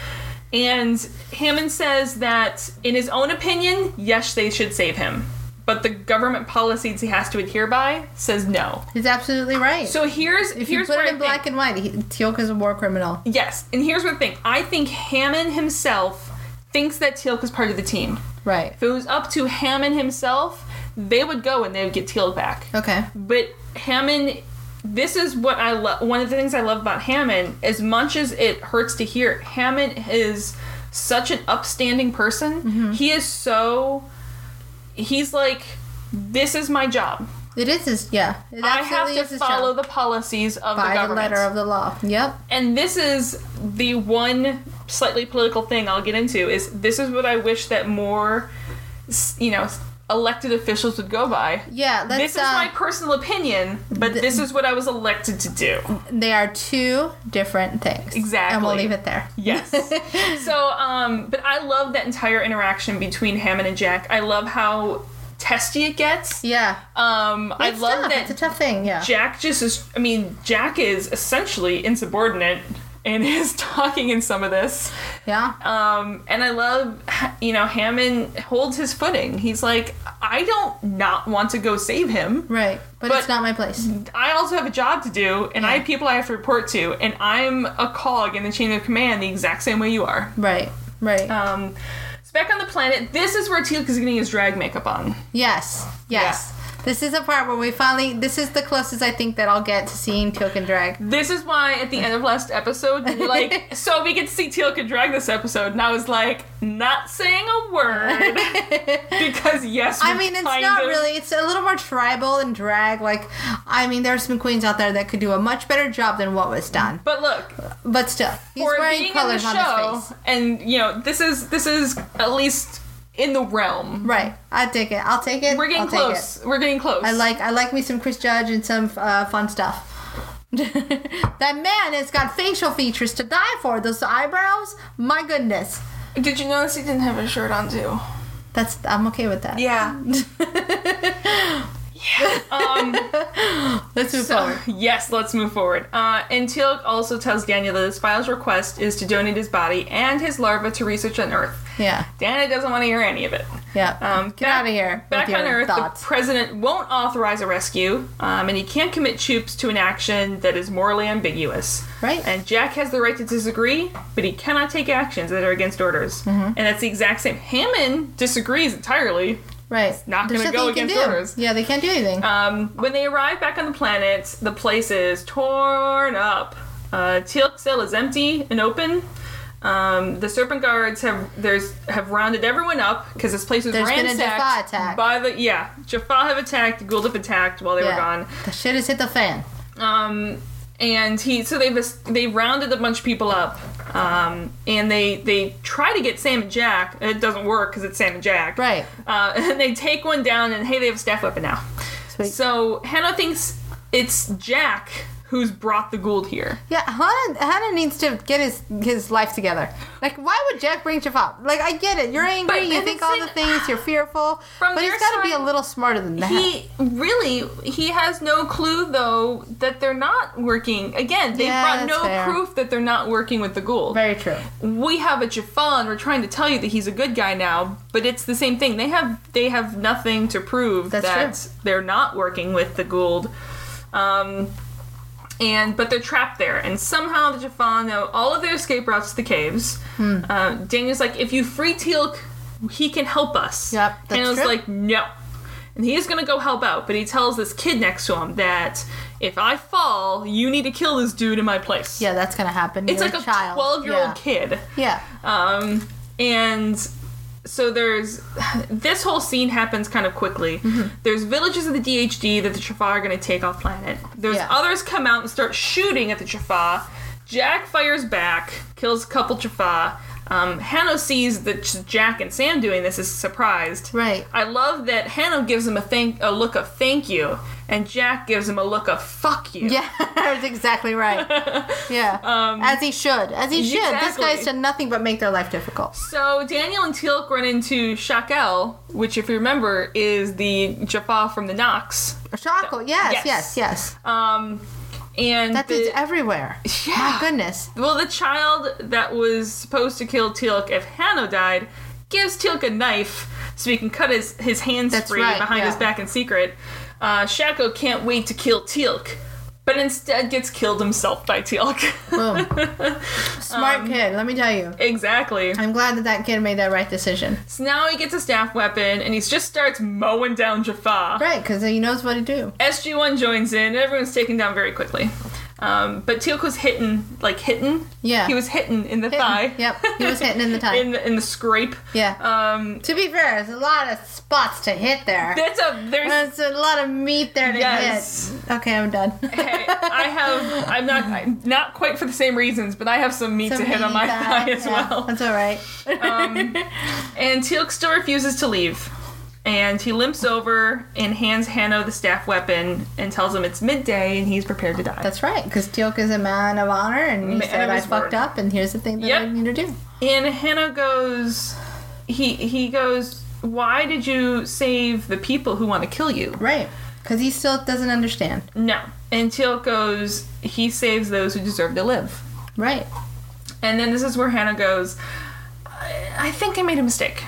[SPEAKER 2] And Hammond says that, in his own opinion, yes, they should save him. But the government policies he has to adhere by says no.
[SPEAKER 3] He's absolutely right.
[SPEAKER 2] So here's
[SPEAKER 3] if you
[SPEAKER 2] here's
[SPEAKER 3] put
[SPEAKER 2] where
[SPEAKER 3] it
[SPEAKER 2] I
[SPEAKER 3] in
[SPEAKER 2] think-
[SPEAKER 3] black and white, he, Teal'c is a war criminal.
[SPEAKER 2] Yes, and here's the thing. I think Hammond himself thinks that Teal'c is part of the team.
[SPEAKER 3] Right.
[SPEAKER 2] If it was up to Hammond himself, they would go and they would get Teal'c back.
[SPEAKER 3] Okay.
[SPEAKER 2] But Hammond, this is what I love. One of the things I love about Hammond, as much as it hurts to hear, it, Hammond is such an upstanding person.
[SPEAKER 3] Mm-hmm.
[SPEAKER 2] He is so. He's like, this is my job.
[SPEAKER 3] It is his yeah. It
[SPEAKER 2] I have
[SPEAKER 3] absolutely
[SPEAKER 2] to
[SPEAKER 3] is his
[SPEAKER 2] follow
[SPEAKER 3] job.
[SPEAKER 2] the policies of the
[SPEAKER 3] by the,
[SPEAKER 2] government
[SPEAKER 3] letter of the law. Yep.
[SPEAKER 2] and this is the one slightly political thing I'll get into is this is what I wish that more s- you know s- elected officials would go by.
[SPEAKER 3] Yeah, let's.
[SPEAKER 2] This is
[SPEAKER 3] uh,
[SPEAKER 2] my personal opinion, but
[SPEAKER 3] th-
[SPEAKER 2] this is what I was elected to do.
[SPEAKER 3] They are two different things. And we'll
[SPEAKER 2] Exactly.
[SPEAKER 3] leave it there. *laughs*
[SPEAKER 2] Yes. so, um, but I love that entire interaction between Hammond and Jack. I love how testy it gets.
[SPEAKER 3] Yeah.
[SPEAKER 2] Um, I
[SPEAKER 3] It's
[SPEAKER 2] love
[SPEAKER 3] tough.
[SPEAKER 2] that
[SPEAKER 3] It's a tough thing. Yeah.
[SPEAKER 2] Jack just is. I mean, Jack is essentially insubordinate and *laughs* is talking in some of this.
[SPEAKER 3] yeah.
[SPEAKER 2] Um, and I love, you know, Hammond holds his footing. He's like, I don't not want to go save him.
[SPEAKER 3] Right. But,
[SPEAKER 2] but-
[SPEAKER 3] it's not my place.
[SPEAKER 2] I also have a job to do, and I have people I have to report to, and I'm a cog in the chain of command the exact same way you are.
[SPEAKER 3] Right. Right.
[SPEAKER 2] Um, so back on the planet, this is where Teal'c is getting his drag makeup on.
[SPEAKER 3] yes. Yes. This is a part where we finally. This is the closest I think that I'll get to seeing Teal'c and drag.
[SPEAKER 2] This is why at the end of last episode, you were
[SPEAKER 3] *laughs*
[SPEAKER 2] like, so we get to see Teal'c and drag this episode, and I was like, not saying a
[SPEAKER 3] *laughs*
[SPEAKER 2] word because yes,
[SPEAKER 3] I
[SPEAKER 2] we
[SPEAKER 3] mean, it's
[SPEAKER 2] kind
[SPEAKER 3] not
[SPEAKER 2] of-
[SPEAKER 3] really. It's a little more tribal and drag. Like, I mean, there's some queens out there that could do a much better job than what was done.
[SPEAKER 2] But look,
[SPEAKER 3] But still, he's
[SPEAKER 2] for
[SPEAKER 3] wearing
[SPEAKER 2] being in the
[SPEAKER 3] colors on
[SPEAKER 2] show,
[SPEAKER 3] his face.
[SPEAKER 2] and you know, this is this is at least in the realm.
[SPEAKER 3] Right. I take it. I'll take it.
[SPEAKER 2] We're getting
[SPEAKER 3] I'll take it.
[SPEAKER 2] close. We're getting close.
[SPEAKER 3] I like I like me some Chris Judge and some uh, fun stuff. *laughs* that man has got facial features to die for. Those eyebrows, my goodness.
[SPEAKER 2] Did you notice he didn't have a shirt on too?
[SPEAKER 3] That's I'm okay with that.
[SPEAKER 2] Yeah.
[SPEAKER 3] Let's move
[SPEAKER 2] So,
[SPEAKER 3] forward.
[SPEAKER 2] *laughs* yes, let's move forward. Uh, and Teal'c also tells Daniel that his file's request is to donate his body and his larva to research on Earth.
[SPEAKER 3] Yeah,
[SPEAKER 2] Dana doesn't want to hear any of it.
[SPEAKER 3] yeah.
[SPEAKER 2] Um,
[SPEAKER 3] Get
[SPEAKER 2] back-
[SPEAKER 3] out of here.
[SPEAKER 2] Back
[SPEAKER 3] with your
[SPEAKER 2] on Earth,
[SPEAKER 3] thoughts.
[SPEAKER 2] the president won't authorize a rescue, um, and he can't commit Choops to an action that is morally ambiguous.
[SPEAKER 3] Right.
[SPEAKER 2] And Jack has the right to disagree, but he cannot take actions that are against orders.
[SPEAKER 3] Mm-hmm.
[SPEAKER 2] And that's the exact same. Hammond disagrees entirely.
[SPEAKER 3] right.
[SPEAKER 2] not
[SPEAKER 3] There's
[SPEAKER 2] gonna
[SPEAKER 3] nothing
[SPEAKER 2] go
[SPEAKER 3] you can
[SPEAKER 2] against
[SPEAKER 3] do.
[SPEAKER 2] orders.
[SPEAKER 3] Yeah, they can't do anything.
[SPEAKER 2] Um, when they arrive back on the planet, the place is torn up. Uh, Teal'c's cell is empty and open. Um, the serpent guards have there's have rounded everyone up because this place was
[SPEAKER 3] There's been a
[SPEAKER 2] ransacked
[SPEAKER 3] Jaffa attack.
[SPEAKER 2] by the yeah Jaffa have attacked, Guld have attacked while they
[SPEAKER 3] yeah.
[SPEAKER 2] were gone.
[SPEAKER 3] The shit has hit the fan.
[SPEAKER 2] Um, and he so they've they rounded a bunch of people up. Um, and they they try to get Sam and Jack. and It doesn't work because it's Sam and Jack.
[SPEAKER 3] Right.
[SPEAKER 2] Uh, *laughs* and they take one down, and hey, they have a staff weapon now.
[SPEAKER 3] Sweet.
[SPEAKER 2] So Hannah thinks it's Jack who's brought the Gould here.
[SPEAKER 3] Yeah, Hannah, Hannah needs to get his his life together. Like, why would Jack bring Jaffa? Like, I get it. You're angry.
[SPEAKER 2] But
[SPEAKER 3] you think all the
[SPEAKER 2] isn't-
[SPEAKER 3] things. You're fearful.
[SPEAKER 2] From
[SPEAKER 3] but he's
[SPEAKER 2] their
[SPEAKER 3] got to be a
[SPEAKER 2] side,
[SPEAKER 3] little smarter than that.
[SPEAKER 2] He really he has no clue though that they're not working. Again, they
[SPEAKER 3] Yeah,
[SPEAKER 2] brought
[SPEAKER 3] that's
[SPEAKER 2] no
[SPEAKER 3] fair.
[SPEAKER 2] proof that they're not working with the Gould.
[SPEAKER 3] Very true.
[SPEAKER 2] We have a Jaffa, and we're trying to tell you that he's a good guy now, but it's the same thing. They have they have nothing to prove
[SPEAKER 3] That's
[SPEAKER 2] that
[SPEAKER 3] true.
[SPEAKER 2] they're not working with the Gould. Um, and but they're trapped there, and somehow the Jaffa know all of their escape routes to the caves.
[SPEAKER 3] Hmm.
[SPEAKER 2] Uh, Daniel's like, if you free Teal'c, he can help us.
[SPEAKER 3] Yep, that's
[SPEAKER 2] Daniel's
[SPEAKER 3] true.
[SPEAKER 2] like, no. And he is gonna go help out, but he tells this kid next to him that if I fall, you need to kill this dude in my place.
[SPEAKER 3] Yeah, that's gonna happen.
[SPEAKER 2] It's
[SPEAKER 3] You're
[SPEAKER 2] like a
[SPEAKER 3] child.
[SPEAKER 2] 12 year
[SPEAKER 3] Yeah.
[SPEAKER 2] old kid.
[SPEAKER 3] Yeah,
[SPEAKER 2] Um, and so there's this whole scene happens kind of quickly.
[SPEAKER 3] Mm-hmm.
[SPEAKER 2] There's villages of the DHD that the Jaffa are going to take off planet. There's
[SPEAKER 3] Yeah.
[SPEAKER 2] others come out and start shooting at the Jaffa. Jack fires back, kills a couple Jaffa. Um, Hanno sees that J- Jack and Sam doing this is surprised. *laughs*
[SPEAKER 3] Right.
[SPEAKER 2] I love that Hanno gives him a thank a look of thank you, and Jack gives him a look of fuck you.
[SPEAKER 3] yeah, *laughs* that's exactly right.
[SPEAKER 2] *laughs*
[SPEAKER 3] Yeah, as he should, as he should. This
[SPEAKER 2] Um, exactly.
[SPEAKER 3] guy's done nothing but make their life difficult.
[SPEAKER 2] So Daniel and Teal'c run into Shakel, which, if you remember, is the Jaffa from the Nox.
[SPEAKER 3] Shackle, yes,
[SPEAKER 2] Yes.
[SPEAKER 3] yes, yes.
[SPEAKER 2] Um, and
[SPEAKER 3] That dude's
[SPEAKER 2] the,
[SPEAKER 3] everywhere. My
[SPEAKER 2] *laughs* Yeah.
[SPEAKER 3] goodness.
[SPEAKER 2] well, the child that was supposed to kill Teal'c if Hanno died gives Teal'c a knife so he can cut his, his hands
[SPEAKER 3] That's
[SPEAKER 2] free
[SPEAKER 3] right,
[SPEAKER 2] behind his
[SPEAKER 3] yeah.
[SPEAKER 2] back in secret. Uh, Shako can't wait to kill Teal'c, but instead gets killed himself by Teal'c.
[SPEAKER 3] Boom.
[SPEAKER 2] Um,
[SPEAKER 3] Smart kid. Let me tell you.
[SPEAKER 2] *laughs* exactly.
[SPEAKER 3] I'm glad that that kid made that right decision.
[SPEAKER 2] So now he gets a staff weapon and he just starts mowing down Jaffa.
[SPEAKER 3] Right, because he knows what to do.
[SPEAKER 2] SG1 joins in, and everyone's taken down very quickly. Um, but Teal'c was hitting, like hitting.
[SPEAKER 3] Yeah.
[SPEAKER 2] He was hitting in the
[SPEAKER 3] Hitting.
[SPEAKER 2] thigh.
[SPEAKER 3] Yep, he was
[SPEAKER 2] *laughs*
[SPEAKER 3] hitting in the thigh.
[SPEAKER 2] in the in the scrape.
[SPEAKER 3] Yeah.
[SPEAKER 2] Um,
[SPEAKER 3] to be fair, there's a lot of spots to hit there.
[SPEAKER 2] that's a *laughs* there's.
[SPEAKER 3] There's a lot of meat there to
[SPEAKER 2] Yes.
[SPEAKER 3] hit. Okay, I'm done. *laughs*
[SPEAKER 2] hey, I have. I'm not I'm not quite for the same reasons, but I have some meat to hit on my thigh as
[SPEAKER 3] Yeah,
[SPEAKER 2] well.
[SPEAKER 3] That's all right.
[SPEAKER 2] And Teal'c still refuses to leave. and he limps over and hands Hanno the staff weapon and tells him it's midday and he's prepared to die.
[SPEAKER 3] That's right, because Teal'c is a man of honor, and he
[SPEAKER 2] Man
[SPEAKER 3] said,
[SPEAKER 2] of
[SPEAKER 3] "I
[SPEAKER 2] his
[SPEAKER 3] fucked
[SPEAKER 2] word."
[SPEAKER 3] up, and here's the thing that I
[SPEAKER 2] Yep.
[SPEAKER 3] need to do."
[SPEAKER 2] And Hanno goes, he he goes, why did you save the people who want to kill you?
[SPEAKER 3] Right, because he still doesn't understand.
[SPEAKER 2] No. And Teal goes, he saves those who deserve to live.
[SPEAKER 3] Right,
[SPEAKER 2] And then this is where Hannah goes, I, I think I made a mistake.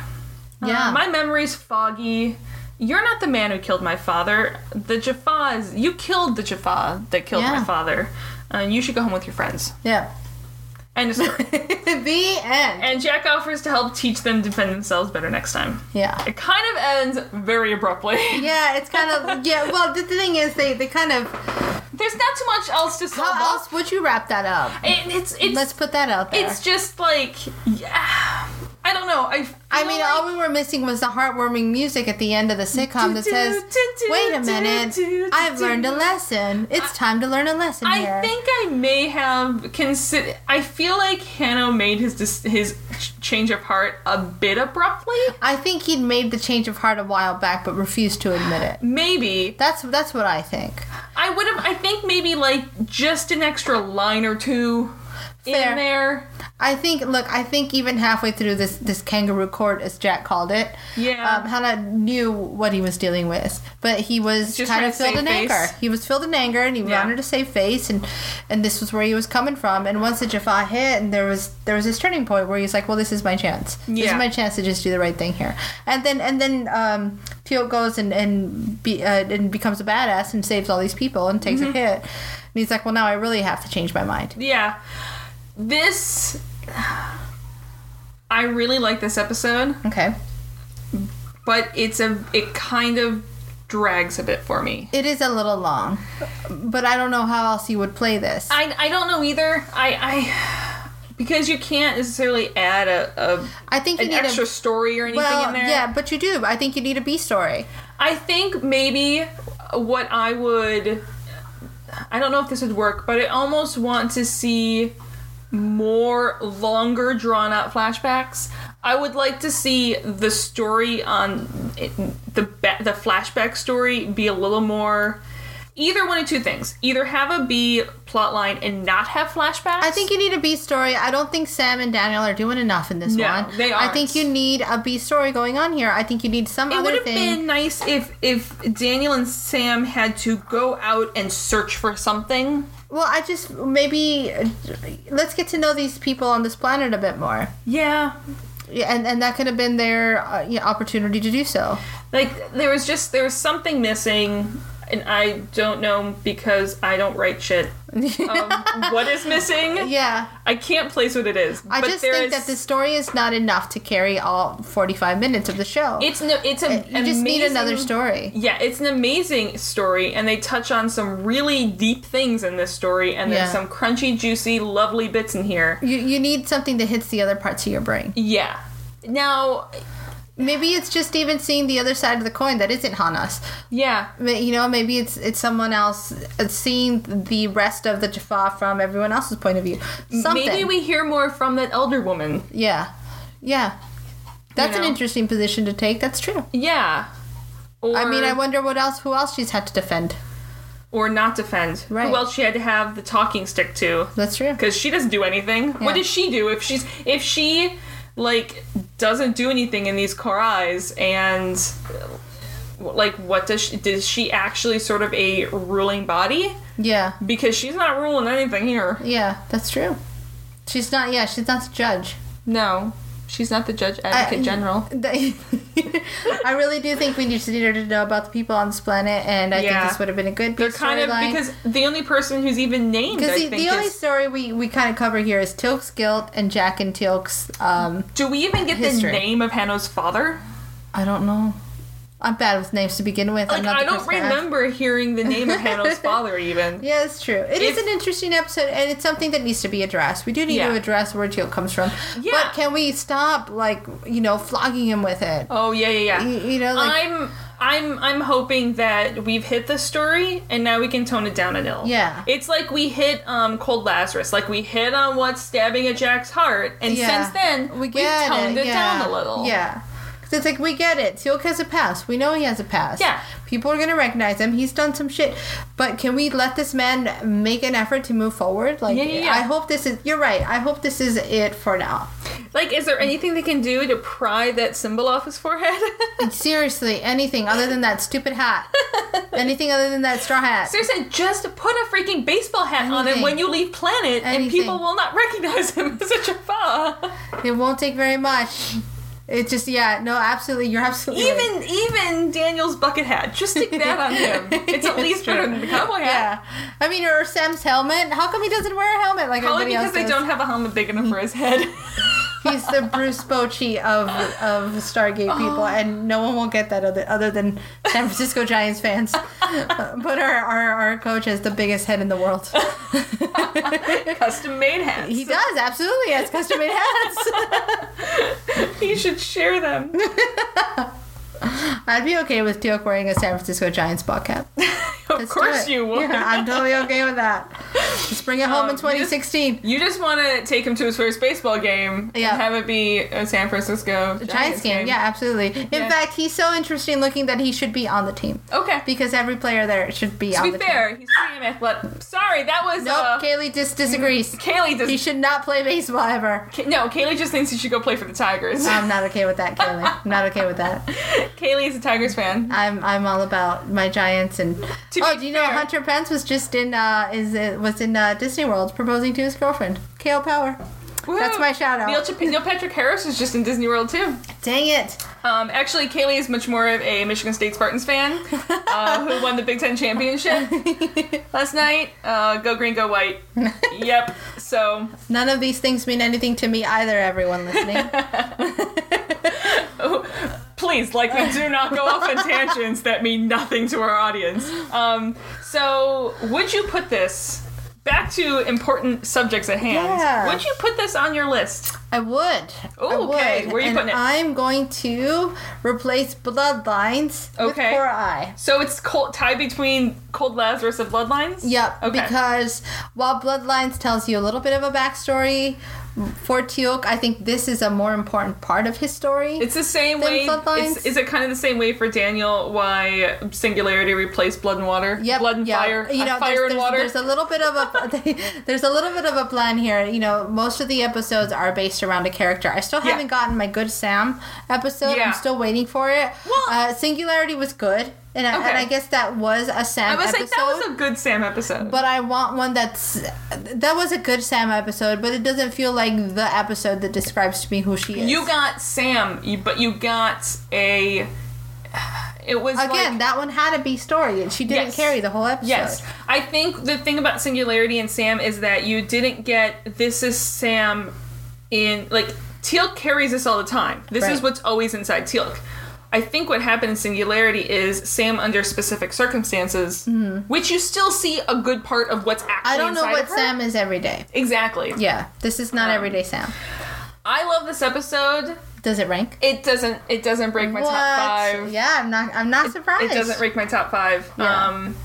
[SPEAKER 2] Uh,
[SPEAKER 3] yeah,
[SPEAKER 2] my memory's foggy. You're not the man who killed my father. The Jaffa is. You killed the Jaffa that killed
[SPEAKER 3] Yeah.
[SPEAKER 2] my father. Uh, you should go home with your friends. *laughs*
[SPEAKER 3] yeah. *laughs*
[SPEAKER 2] End of story.
[SPEAKER 3] the end.
[SPEAKER 2] and Jack offers to help teach them to defend themselves better next time.
[SPEAKER 3] Yeah.
[SPEAKER 2] It kind of ends very abruptly. *laughs*
[SPEAKER 3] Yeah, it's kind of yeah. Well, the, the thing is, they they kind of.
[SPEAKER 2] There's not too much else to solve.
[SPEAKER 3] How else would you wrap that up?
[SPEAKER 2] It, it's it's
[SPEAKER 3] Let's put that out there.
[SPEAKER 2] it's just like yeah. I don't know. I
[SPEAKER 3] I
[SPEAKER 2] feel
[SPEAKER 3] mean,
[SPEAKER 2] like-
[SPEAKER 3] all we were missing was the heartwarming music at the end of the sitcom that says, "Wait a minute, I've learned a lesson. It's time to learn a lesson here."
[SPEAKER 2] I think I may have consider. I feel like Hanno made his dis- his ch- change of heart a bit abruptly.
[SPEAKER 3] I think he'd made the change of heart a while back, but refused to admit
[SPEAKER 2] *sighs*
[SPEAKER 3] it.
[SPEAKER 2] Maybe
[SPEAKER 3] That's that's what I think.
[SPEAKER 2] I would have. I think maybe like just an extra line or two
[SPEAKER 3] Fair.
[SPEAKER 2] in there.
[SPEAKER 3] I think. Look, I think even halfway through this this kangaroo court, as Jack called it,
[SPEAKER 2] Yeah.
[SPEAKER 3] um, Hannah knew what he was dealing with, but he was
[SPEAKER 2] Just
[SPEAKER 3] kind
[SPEAKER 2] trying
[SPEAKER 3] of
[SPEAKER 2] to
[SPEAKER 3] filled
[SPEAKER 2] save
[SPEAKER 3] in
[SPEAKER 2] face.
[SPEAKER 3] anger. He was filled in anger, and he
[SPEAKER 2] Yeah.
[SPEAKER 3] wanted to save face, and and this was where he was coming from. And once the Jaffa hit, and there was there was this turning point where he's like, "Well, this is my chance. This is
[SPEAKER 2] Yeah.
[SPEAKER 3] my chance to just do the right thing here." And then and then um, Teal goes and and be, uh, and becomes a badass and saves all these people and takes
[SPEAKER 2] Mm-hmm.
[SPEAKER 3] a hit. And he's like, "Well, now I really have to change my mind."
[SPEAKER 2] Yeah, this. I really like this episode,
[SPEAKER 3] Okay.
[SPEAKER 2] but it's a it kind of drags a bit for me.
[SPEAKER 3] It is a little long, but I don't know how else you would play this.
[SPEAKER 2] I, I don't know either. I I because you can't necessarily add a, a
[SPEAKER 3] I think you
[SPEAKER 2] an
[SPEAKER 3] need a-
[SPEAKER 2] extra story or anything
[SPEAKER 3] well,
[SPEAKER 2] in there.
[SPEAKER 3] yeah, but you do. I think you need a B story.
[SPEAKER 2] I think maybe what I would I don't know if this would work, but I almost want to see more longer drawn out flashbacks. I would like to see the story on it, the ba- the flashback story be a little more either one of two things. Either have a B plot line and not have flashbacks.
[SPEAKER 3] I think you need a B story. I don't think Sam and Daniel are doing enough in this
[SPEAKER 2] No,
[SPEAKER 3] one.
[SPEAKER 2] they
[SPEAKER 3] I
[SPEAKER 2] aren't.
[SPEAKER 3] think you need a B story going on here. I think you need some
[SPEAKER 2] It would
[SPEAKER 3] other
[SPEAKER 2] have
[SPEAKER 3] thing.
[SPEAKER 2] been nice if if Daniel and Sam had to go out and search for something.
[SPEAKER 3] Well, I just maybe uh, let's get to know these people on this planet a bit more,
[SPEAKER 2] Yeah.
[SPEAKER 3] Yeah, and and that could have been their uh, yeah, opportunity to do so.
[SPEAKER 2] Like there was just there was something missing and I don't know because I don't write
[SPEAKER 3] *laughs*
[SPEAKER 2] shit. Um, what is missing?
[SPEAKER 3] Yeah,
[SPEAKER 2] I can't place what it is.
[SPEAKER 3] I
[SPEAKER 2] but
[SPEAKER 3] just
[SPEAKER 2] there
[SPEAKER 3] think
[SPEAKER 2] is-
[SPEAKER 3] that the story is not enough to carry all forty-five minutes of the show.
[SPEAKER 2] it's no it's a
[SPEAKER 3] Uh, you just need another
[SPEAKER 2] amazing-
[SPEAKER 3] story.
[SPEAKER 2] Yeah, it's an amazing story, and they touch on some really deep things in this story, and
[SPEAKER 3] Yeah.
[SPEAKER 2] there's some crunchy, juicy, lovely bits in here.
[SPEAKER 3] You, you need something that hits the other parts of your brain.
[SPEAKER 2] Yeah. Now,
[SPEAKER 3] Maybe it's just even seeing the other side of the coin that isn't Hanas.
[SPEAKER 2] yeah,
[SPEAKER 3] Ma- You know, maybe it's it's someone else uh, seeing the rest of the Jaffa from everyone else's point of view. Something.
[SPEAKER 2] Maybe we hear more from that elder woman.
[SPEAKER 3] Yeah, yeah. That's
[SPEAKER 2] You
[SPEAKER 3] an
[SPEAKER 2] know?
[SPEAKER 3] interesting position to take. That's true.
[SPEAKER 2] Yeah. Or,
[SPEAKER 3] I mean, I wonder what else, who else she's had to defend.
[SPEAKER 2] or not defend.
[SPEAKER 3] Right.
[SPEAKER 2] Who else she had to have the talking stick to?
[SPEAKER 3] That's true.
[SPEAKER 2] Because she doesn't do anything.
[SPEAKER 3] Yeah.
[SPEAKER 2] What does she do if she's if she like doesn't do anything in these Korais and like what does she does she actually sort of a ruling body?
[SPEAKER 3] Yeah,
[SPEAKER 2] Because she's not ruling anything here.
[SPEAKER 3] yeah, that's true. She's not. Yeah, she's not the judge.
[SPEAKER 2] No. She's not the judge
[SPEAKER 3] Uh,
[SPEAKER 2] advocate general.
[SPEAKER 3] They- *laughs* I really do think we just needed to know about the people on this planet, and I
[SPEAKER 2] Yeah.
[SPEAKER 3] think this would have been a good.
[SPEAKER 2] They're
[SPEAKER 3] big
[SPEAKER 2] kind of
[SPEAKER 3] storyline.
[SPEAKER 2] because the only person who's even named I
[SPEAKER 3] Because the,
[SPEAKER 2] think
[SPEAKER 3] the only
[SPEAKER 2] is
[SPEAKER 3] story we, we kind of cover here is Tilk's guilt and Jack and Tilk's. Um,
[SPEAKER 2] Do we even get
[SPEAKER 3] History.
[SPEAKER 2] the name of Hanno's father?
[SPEAKER 3] I don't know. I'm bad with names to begin with. I'm
[SPEAKER 2] Like
[SPEAKER 3] not
[SPEAKER 2] I
[SPEAKER 3] the
[SPEAKER 2] don't
[SPEAKER 3] person to ask.
[SPEAKER 2] remember hearing the name of
[SPEAKER 3] *laughs*
[SPEAKER 2] Hanno's father even.
[SPEAKER 3] Yeah, it's true. It is
[SPEAKER 2] If-
[SPEAKER 3] an interesting episode, and it's something that needs to be addressed. We do need to
[SPEAKER 2] Yeah.
[SPEAKER 3] address where Teal comes from.
[SPEAKER 2] Yeah.
[SPEAKER 3] But can we stop, like, you know, flogging him with it?
[SPEAKER 2] Oh yeah, yeah, yeah.
[SPEAKER 3] You- you know, like-
[SPEAKER 2] I'm I'm I'm hoping that we've hit the story and now we can tone it down a little.
[SPEAKER 3] Yeah.
[SPEAKER 2] It's like we hit um Cold Lazarus, like we hit on what's stabbing at Jack's heart, and
[SPEAKER 3] Yeah.
[SPEAKER 2] since then
[SPEAKER 3] we
[SPEAKER 2] have
[SPEAKER 3] get
[SPEAKER 2] toned it,
[SPEAKER 3] yeah.
[SPEAKER 2] down a little.
[SPEAKER 3] Yeah. 'Cause 'Cause it's like we get it. Sealk has a past. We know he has a past.
[SPEAKER 2] Yeah.
[SPEAKER 3] People are gonna recognize him. He's done some shit. But can we let this man make an effort to move forward? Like
[SPEAKER 2] Yeah, yeah, yeah.
[SPEAKER 3] I hope this is you're right. I hope this is it for now.
[SPEAKER 2] Like, is there anything they can do to pry that symbol off his forehead? *laughs*
[SPEAKER 3] Seriously, anything other than that stupid hat. anything other than that straw hat.
[SPEAKER 2] Seriously, just put a freaking baseball hat on him
[SPEAKER 3] Anything.
[SPEAKER 2] when you leave planet, and
[SPEAKER 3] Anything.
[SPEAKER 2] people will not recognize him *laughs* as a Jaffa.
[SPEAKER 3] It won't take very much. It just yeah, no, absolutely you're absolutely right.
[SPEAKER 2] Even even Daniel's bucket hat, just stick that on
[SPEAKER 3] *laughs*
[SPEAKER 2] him. It's at
[SPEAKER 3] Yeah,
[SPEAKER 2] least
[SPEAKER 3] true.
[SPEAKER 2] better than the cowboy hat.
[SPEAKER 3] Yeah. I mean, or Sam's helmet. How come he doesn't wear a helmet like
[SPEAKER 2] Probably
[SPEAKER 3] everybody
[SPEAKER 2] because
[SPEAKER 3] else
[SPEAKER 2] they
[SPEAKER 3] does?
[SPEAKER 2] don't have a helmet big enough for his
[SPEAKER 3] *laughs*
[SPEAKER 2] head.
[SPEAKER 3] He's the Bruce Bochy of of Stargate
[SPEAKER 2] Oh.
[SPEAKER 3] people, and no one will get that other other than San Francisco Giants fans. but our, our our coach has the biggest head in the world.
[SPEAKER 2] Custom made hats. *laughs*
[SPEAKER 3] he does absolutely has custom made hats.
[SPEAKER 2] He should share them.
[SPEAKER 3] I'd be okay with Teok wearing a San Francisco Giants ball cap.
[SPEAKER 2] *laughs* of
[SPEAKER 3] *laughs* Let's do
[SPEAKER 2] course
[SPEAKER 3] it.
[SPEAKER 2] you would.
[SPEAKER 3] Yeah, I'm totally okay with that. Let's bring it home
[SPEAKER 2] Um,
[SPEAKER 3] in
[SPEAKER 2] you-
[SPEAKER 3] 2016.
[SPEAKER 2] *laughs* You just want to take him to his first baseball game
[SPEAKER 3] Yeah.
[SPEAKER 2] and have it be a San Francisco Giants,
[SPEAKER 3] Giants game, yeah, absolutely. In
[SPEAKER 2] Yeah.
[SPEAKER 3] fact, he's so interesting looking that he should be on the team.
[SPEAKER 2] Okay.
[SPEAKER 3] because every player there should be
[SPEAKER 2] to
[SPEAKER 3] on
[SPEAKER 2] be
[SPEAKER 3] the
[SPEAKER 2] fair,
[SPEAKER 3] team.
[SPEAKER 2] he's pretty athletic. Sorry, that was
[SPEAKER 3] Nope,
[SPEAKER 2] uh,
[SPEAKER 3] Kaylee just disagrees.
[SPEAKER 2] Kaylee does.
[SPEAKER 3] He should not play baseball ever.
[SPEAKER 2] Ka- no, Kaylee just thinks he should go play for the Tigers.
[SPEAKER 3] I'm not okay with that, Kaylee. I'm not okay with that.
[SPEAKER 2] *laughs* Kaylee is a Tigers fan.
[SPEAKER 3] I'm I'm all about my Giants and
[SPEAKER 2] To
[SPEAKER 3] oh,
[SPEAKER 2] be
[SPEAKER 3] do you know
[SPEAKER 2] fair-
[SPEAKER 3] Hunter Pence was just in uh is it was in uh, Disney World proposing to his girlfriend Kale Power. That's
[SPEAKER 2] Woo!
[SPEAKER 3] my shout out.
[SPEAKER 2] Neil, Chap- Neil Patrick Harris is just in Disney World too.
[SPEAKER 3] Dang it!
[SPEAKER 2] Um, actually, Kaylee is much more of a Michigan State Spartans fan uh,
[SPEAKER 3] *laughs*
[SPEAKER 2] who won the Big Ten championship last night. Uh, go green, go white.
[SPEAKER 3] *laughs*
[SPEAKER 2] yep. So
[SPEAKER 3] None of these things mean anything to me either. Everyone
[SPEAKER 2] *laughs*
[SPEAKER 3] listening,
[SPEAKER 2] please, like, do not go off on tangents that mean nothing to our audience. Um, so, would you put this back to important subjects at hand?
[SPEAKER 3] Yeah.
[SPEAKER 2] Would you put this on your list?
[SPEAKER 3] I would. I
[SPEAKER 2] Ooh, okay.
[SPEAKER 3] would.
[SPEAKER 2] Where you
[SPEAKER 3] and
[SPEAKER 2] putting it?
[SPEAKER 3] I'm going to replace Bloodlines with
[SPEAKER 2] Okay.
[SPEAKER 3] Core Eye.
[SPEAKER 2] So it's cold, tie between Cold Lazarus and Bloodlines.
[SPEAKER 3] Yep,
[SPEAKER 2] Okay.
[SPEAKER 3] because while Bloodlines tells you a little bit of a backstory for Teal'c, I think this is a more important part of his story.
[SPEAKER 2] it's the same
[SPEAKER 3] Then
[SPEAKER 2] way.
[SPEAKER 3] Bloodlines.
[SPEAKER 2] It's, is it kind of the same way for Daniel? Why Singularity replaced Blood and Water? Blood and
[SPEAKER 3] yep.
[SPEAKER 2] Fire.
[SPEAKER 3] You
[SPEAKER 2] uh,
[SPEAKER 3] know,
[SPEAKER 2] fire and
[SPEAKER 3] there's, there's,
[SPEAKER 2] Water.
[SPEAKER 3] There's a little bit of
[SPEAKER 2] *laughs*
[SPEAKER 3] a *laughs* there's a little bit of a plan here. You know, most of the episodes are based around a character. I still
[SPEAKER 2] Yeah.
[SPEAKER 3] haven't gotten my Good Sam episode.
[SPEAKER 2] Yeah.
[SPEAKER 3] I'm still waiting for it.
[SPEAKER 2] Well-
[SPEAKER 3] uh, Singularity was good, and I,
[SPEAKER 2] Okay.
[SPEAKER 3] and I guess that was a Sam
[SPEAKER 2] I was
[SPEAKER 3] episode.
[SPEAKER 2] like, that was a good Sam episode.
[SPEAKER 3] But I want one that's that was a good Sam episode, but it doesn't feel like the episode that describes to me who she is.
[SPEAKER 2] You got Sam, you- but you got a. It was
[SPEAKER 3] again
[SPEAKER 2] like-
[SPEAKER 3] that one had a B story, and she didn't
[SPEAKER 2] Yes.
[SPEAKER 3] carry the whole episode.
[SPEAKER 2] Yes, I think the thing about Singularity and Sam is that you didn't get this is Sam in like Teal'c carries this all the time. This is
[SPEAKER 3] Right.
[SPEAKER 2] what's always inside Teal'c. I think what happened in Singularity is Sam under specific circumstances, which you still see a good part of what's actually.
[SPEAKER 3] Mm-hmm. I don't know
[SPEAKER 2] inside
[SPEAKER 3] what
[SPEAKER 2] of her. Um,
[SPEAKER 3] Sam is every day.
[SPEAKER 2] Exactly.
[SPEAKER 3] Yeah, this is not everyday Sam.
[SPEAKER 2] I love this episode.
[SPEAKER 3] Does it rank?
[SPEAKER 2] It doesn't. It doesn't break my
[SPEAKER 3] What?
[SPEAKER 2] top five.
[SPEAKER 3] Yeah, I'm not. I'm not surprised.
[SPEAKER 2] It doesn't rank my top five.
[SPEAKER 3] Yeah.
[SPEAKER 2] Um,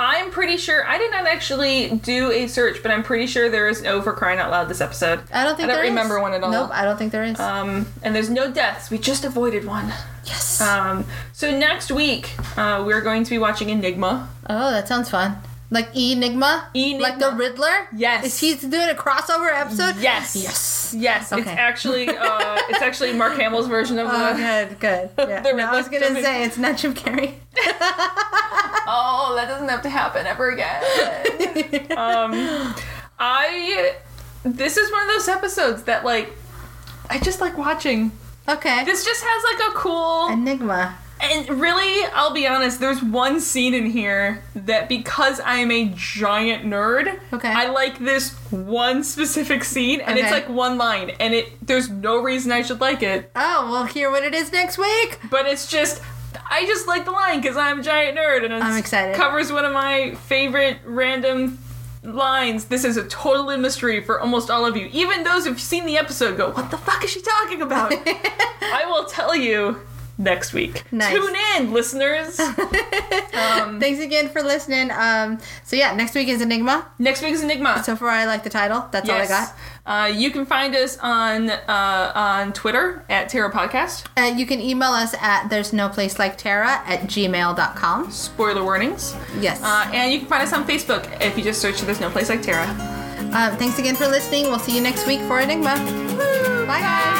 [SPEAKER 2] I'm pretty sure I did not actually do a search, but I'm pretty sure there is no for crying out loud this episode.
[SPEAKER 3] I don't think.
[SPEAKER 2] I don't
[SPEAKER 3] there is.
[SPEAKER 2] remember one at all.
[SPEAKER 3] Nope, I don't think there is.
[SPEAKER 2] Um, and there's no deaths. We just avoided one.
[SPEAKER 3] yes.
[SPEAKER 2] Um, so next week uh, we're going to be watching Enigma.
[SPEAKER 3] oh, that sounds fun. Like Enigma.
[SPEAKER 2] Enigma.
[SPEAKER 3] Like the Riddler.
[SPEAKER 2] Yes.
[SPEAKER 3] Is he doing a crossover episode?
[SPEAKER 2] Yes.
[SPEAKER 3] Yes.
[SPEAKER 2] Yes, it's
[SPEAKER 3] Okay.
[SPEAKER 2] actually
[SPEAKER 3] *laughs*
[SPEAKER 2] uh, it's actually Mark Hamill's version of
[SPEAKER 3] Oh,
[SPEAKER 2] the. *laughs*
[SPEAKER 3] good, good. Yeah.
[SPEAKER 2] Uh, The
[SPEAKER 3] No, I was
[SPEAKER 2] Riddler
[SPEAKER 3] gonna
[SPEAKER 2] doesn't-
[SPEAKER 3] say it's not Jim Carrey. *laughs*
[SPEAKER 2] Oh, that doesn't have to happen ever again.
[SPEAKER 3] *laughs*
[SPEAKER 2] um, I this is one of those episodes that like I just like watching.
[SPEAKER 3] Okay.
[SPEAKER 2] This just has like a cool
[SPEAKER 3] Enigma.
[SPEAKER 2] and really, I'll be honest, there's one scene in here that because I am a giant nerd,
[SPEAKER 3] Okay.
[SPEAKER 2] I like this one specific scene and it's
[SPEAKER 3] Okay.
[SPEAKER 2] like one line and it there's no reason I should like it,
[SPEAKER 3] Oh, we'll hear what it is
[SPEAKER 2] *laughs*
[SPEAKER 3] next week.
[SPEAKER 2] but it's just I just like the line cuz I'm a giant nerd and it
[SPEAKER 3] I'm excited.
[SPEAKER 2] covers one of my favorite random lines. This is a total mystery for almost all of you. Even those who've seen the episode go, "What the fuck is she talking
[SPEAKER 3] *laughs*
[SPEAKER 2] about?" I will tell you next week.
[SPEAKER 3] Nice.
[SPEAKER 2] Tune in,
[SPEAKER 3] *laughs*
[SPEAKER 2] listeners.
[SPEAKER 3] Thanks again for listening. Um, so yeah, next week is Enigma.
[SPEAKER 2] Next week is Enigma.
[SPEAKER 3] So far, I like the title. That's all I got.
[SPEAKER 2] Uh, you can find us on uh, on Twitter at Terror Podcast.
[SPEAKER 3] Uh, you can email us at there's no place like Tara at gmail.com.
[SPEAKER 2] Spoiler warnings.
[SPEAKER 3] Yes.
[SPEAKER 2] Uh, and you can find us on Facebook if you just search "There's No Place Like Terra."
[SPEAKER 3] Um, Uh, thanks again for listening. We'll see you next week for Enigma. Bye, guys.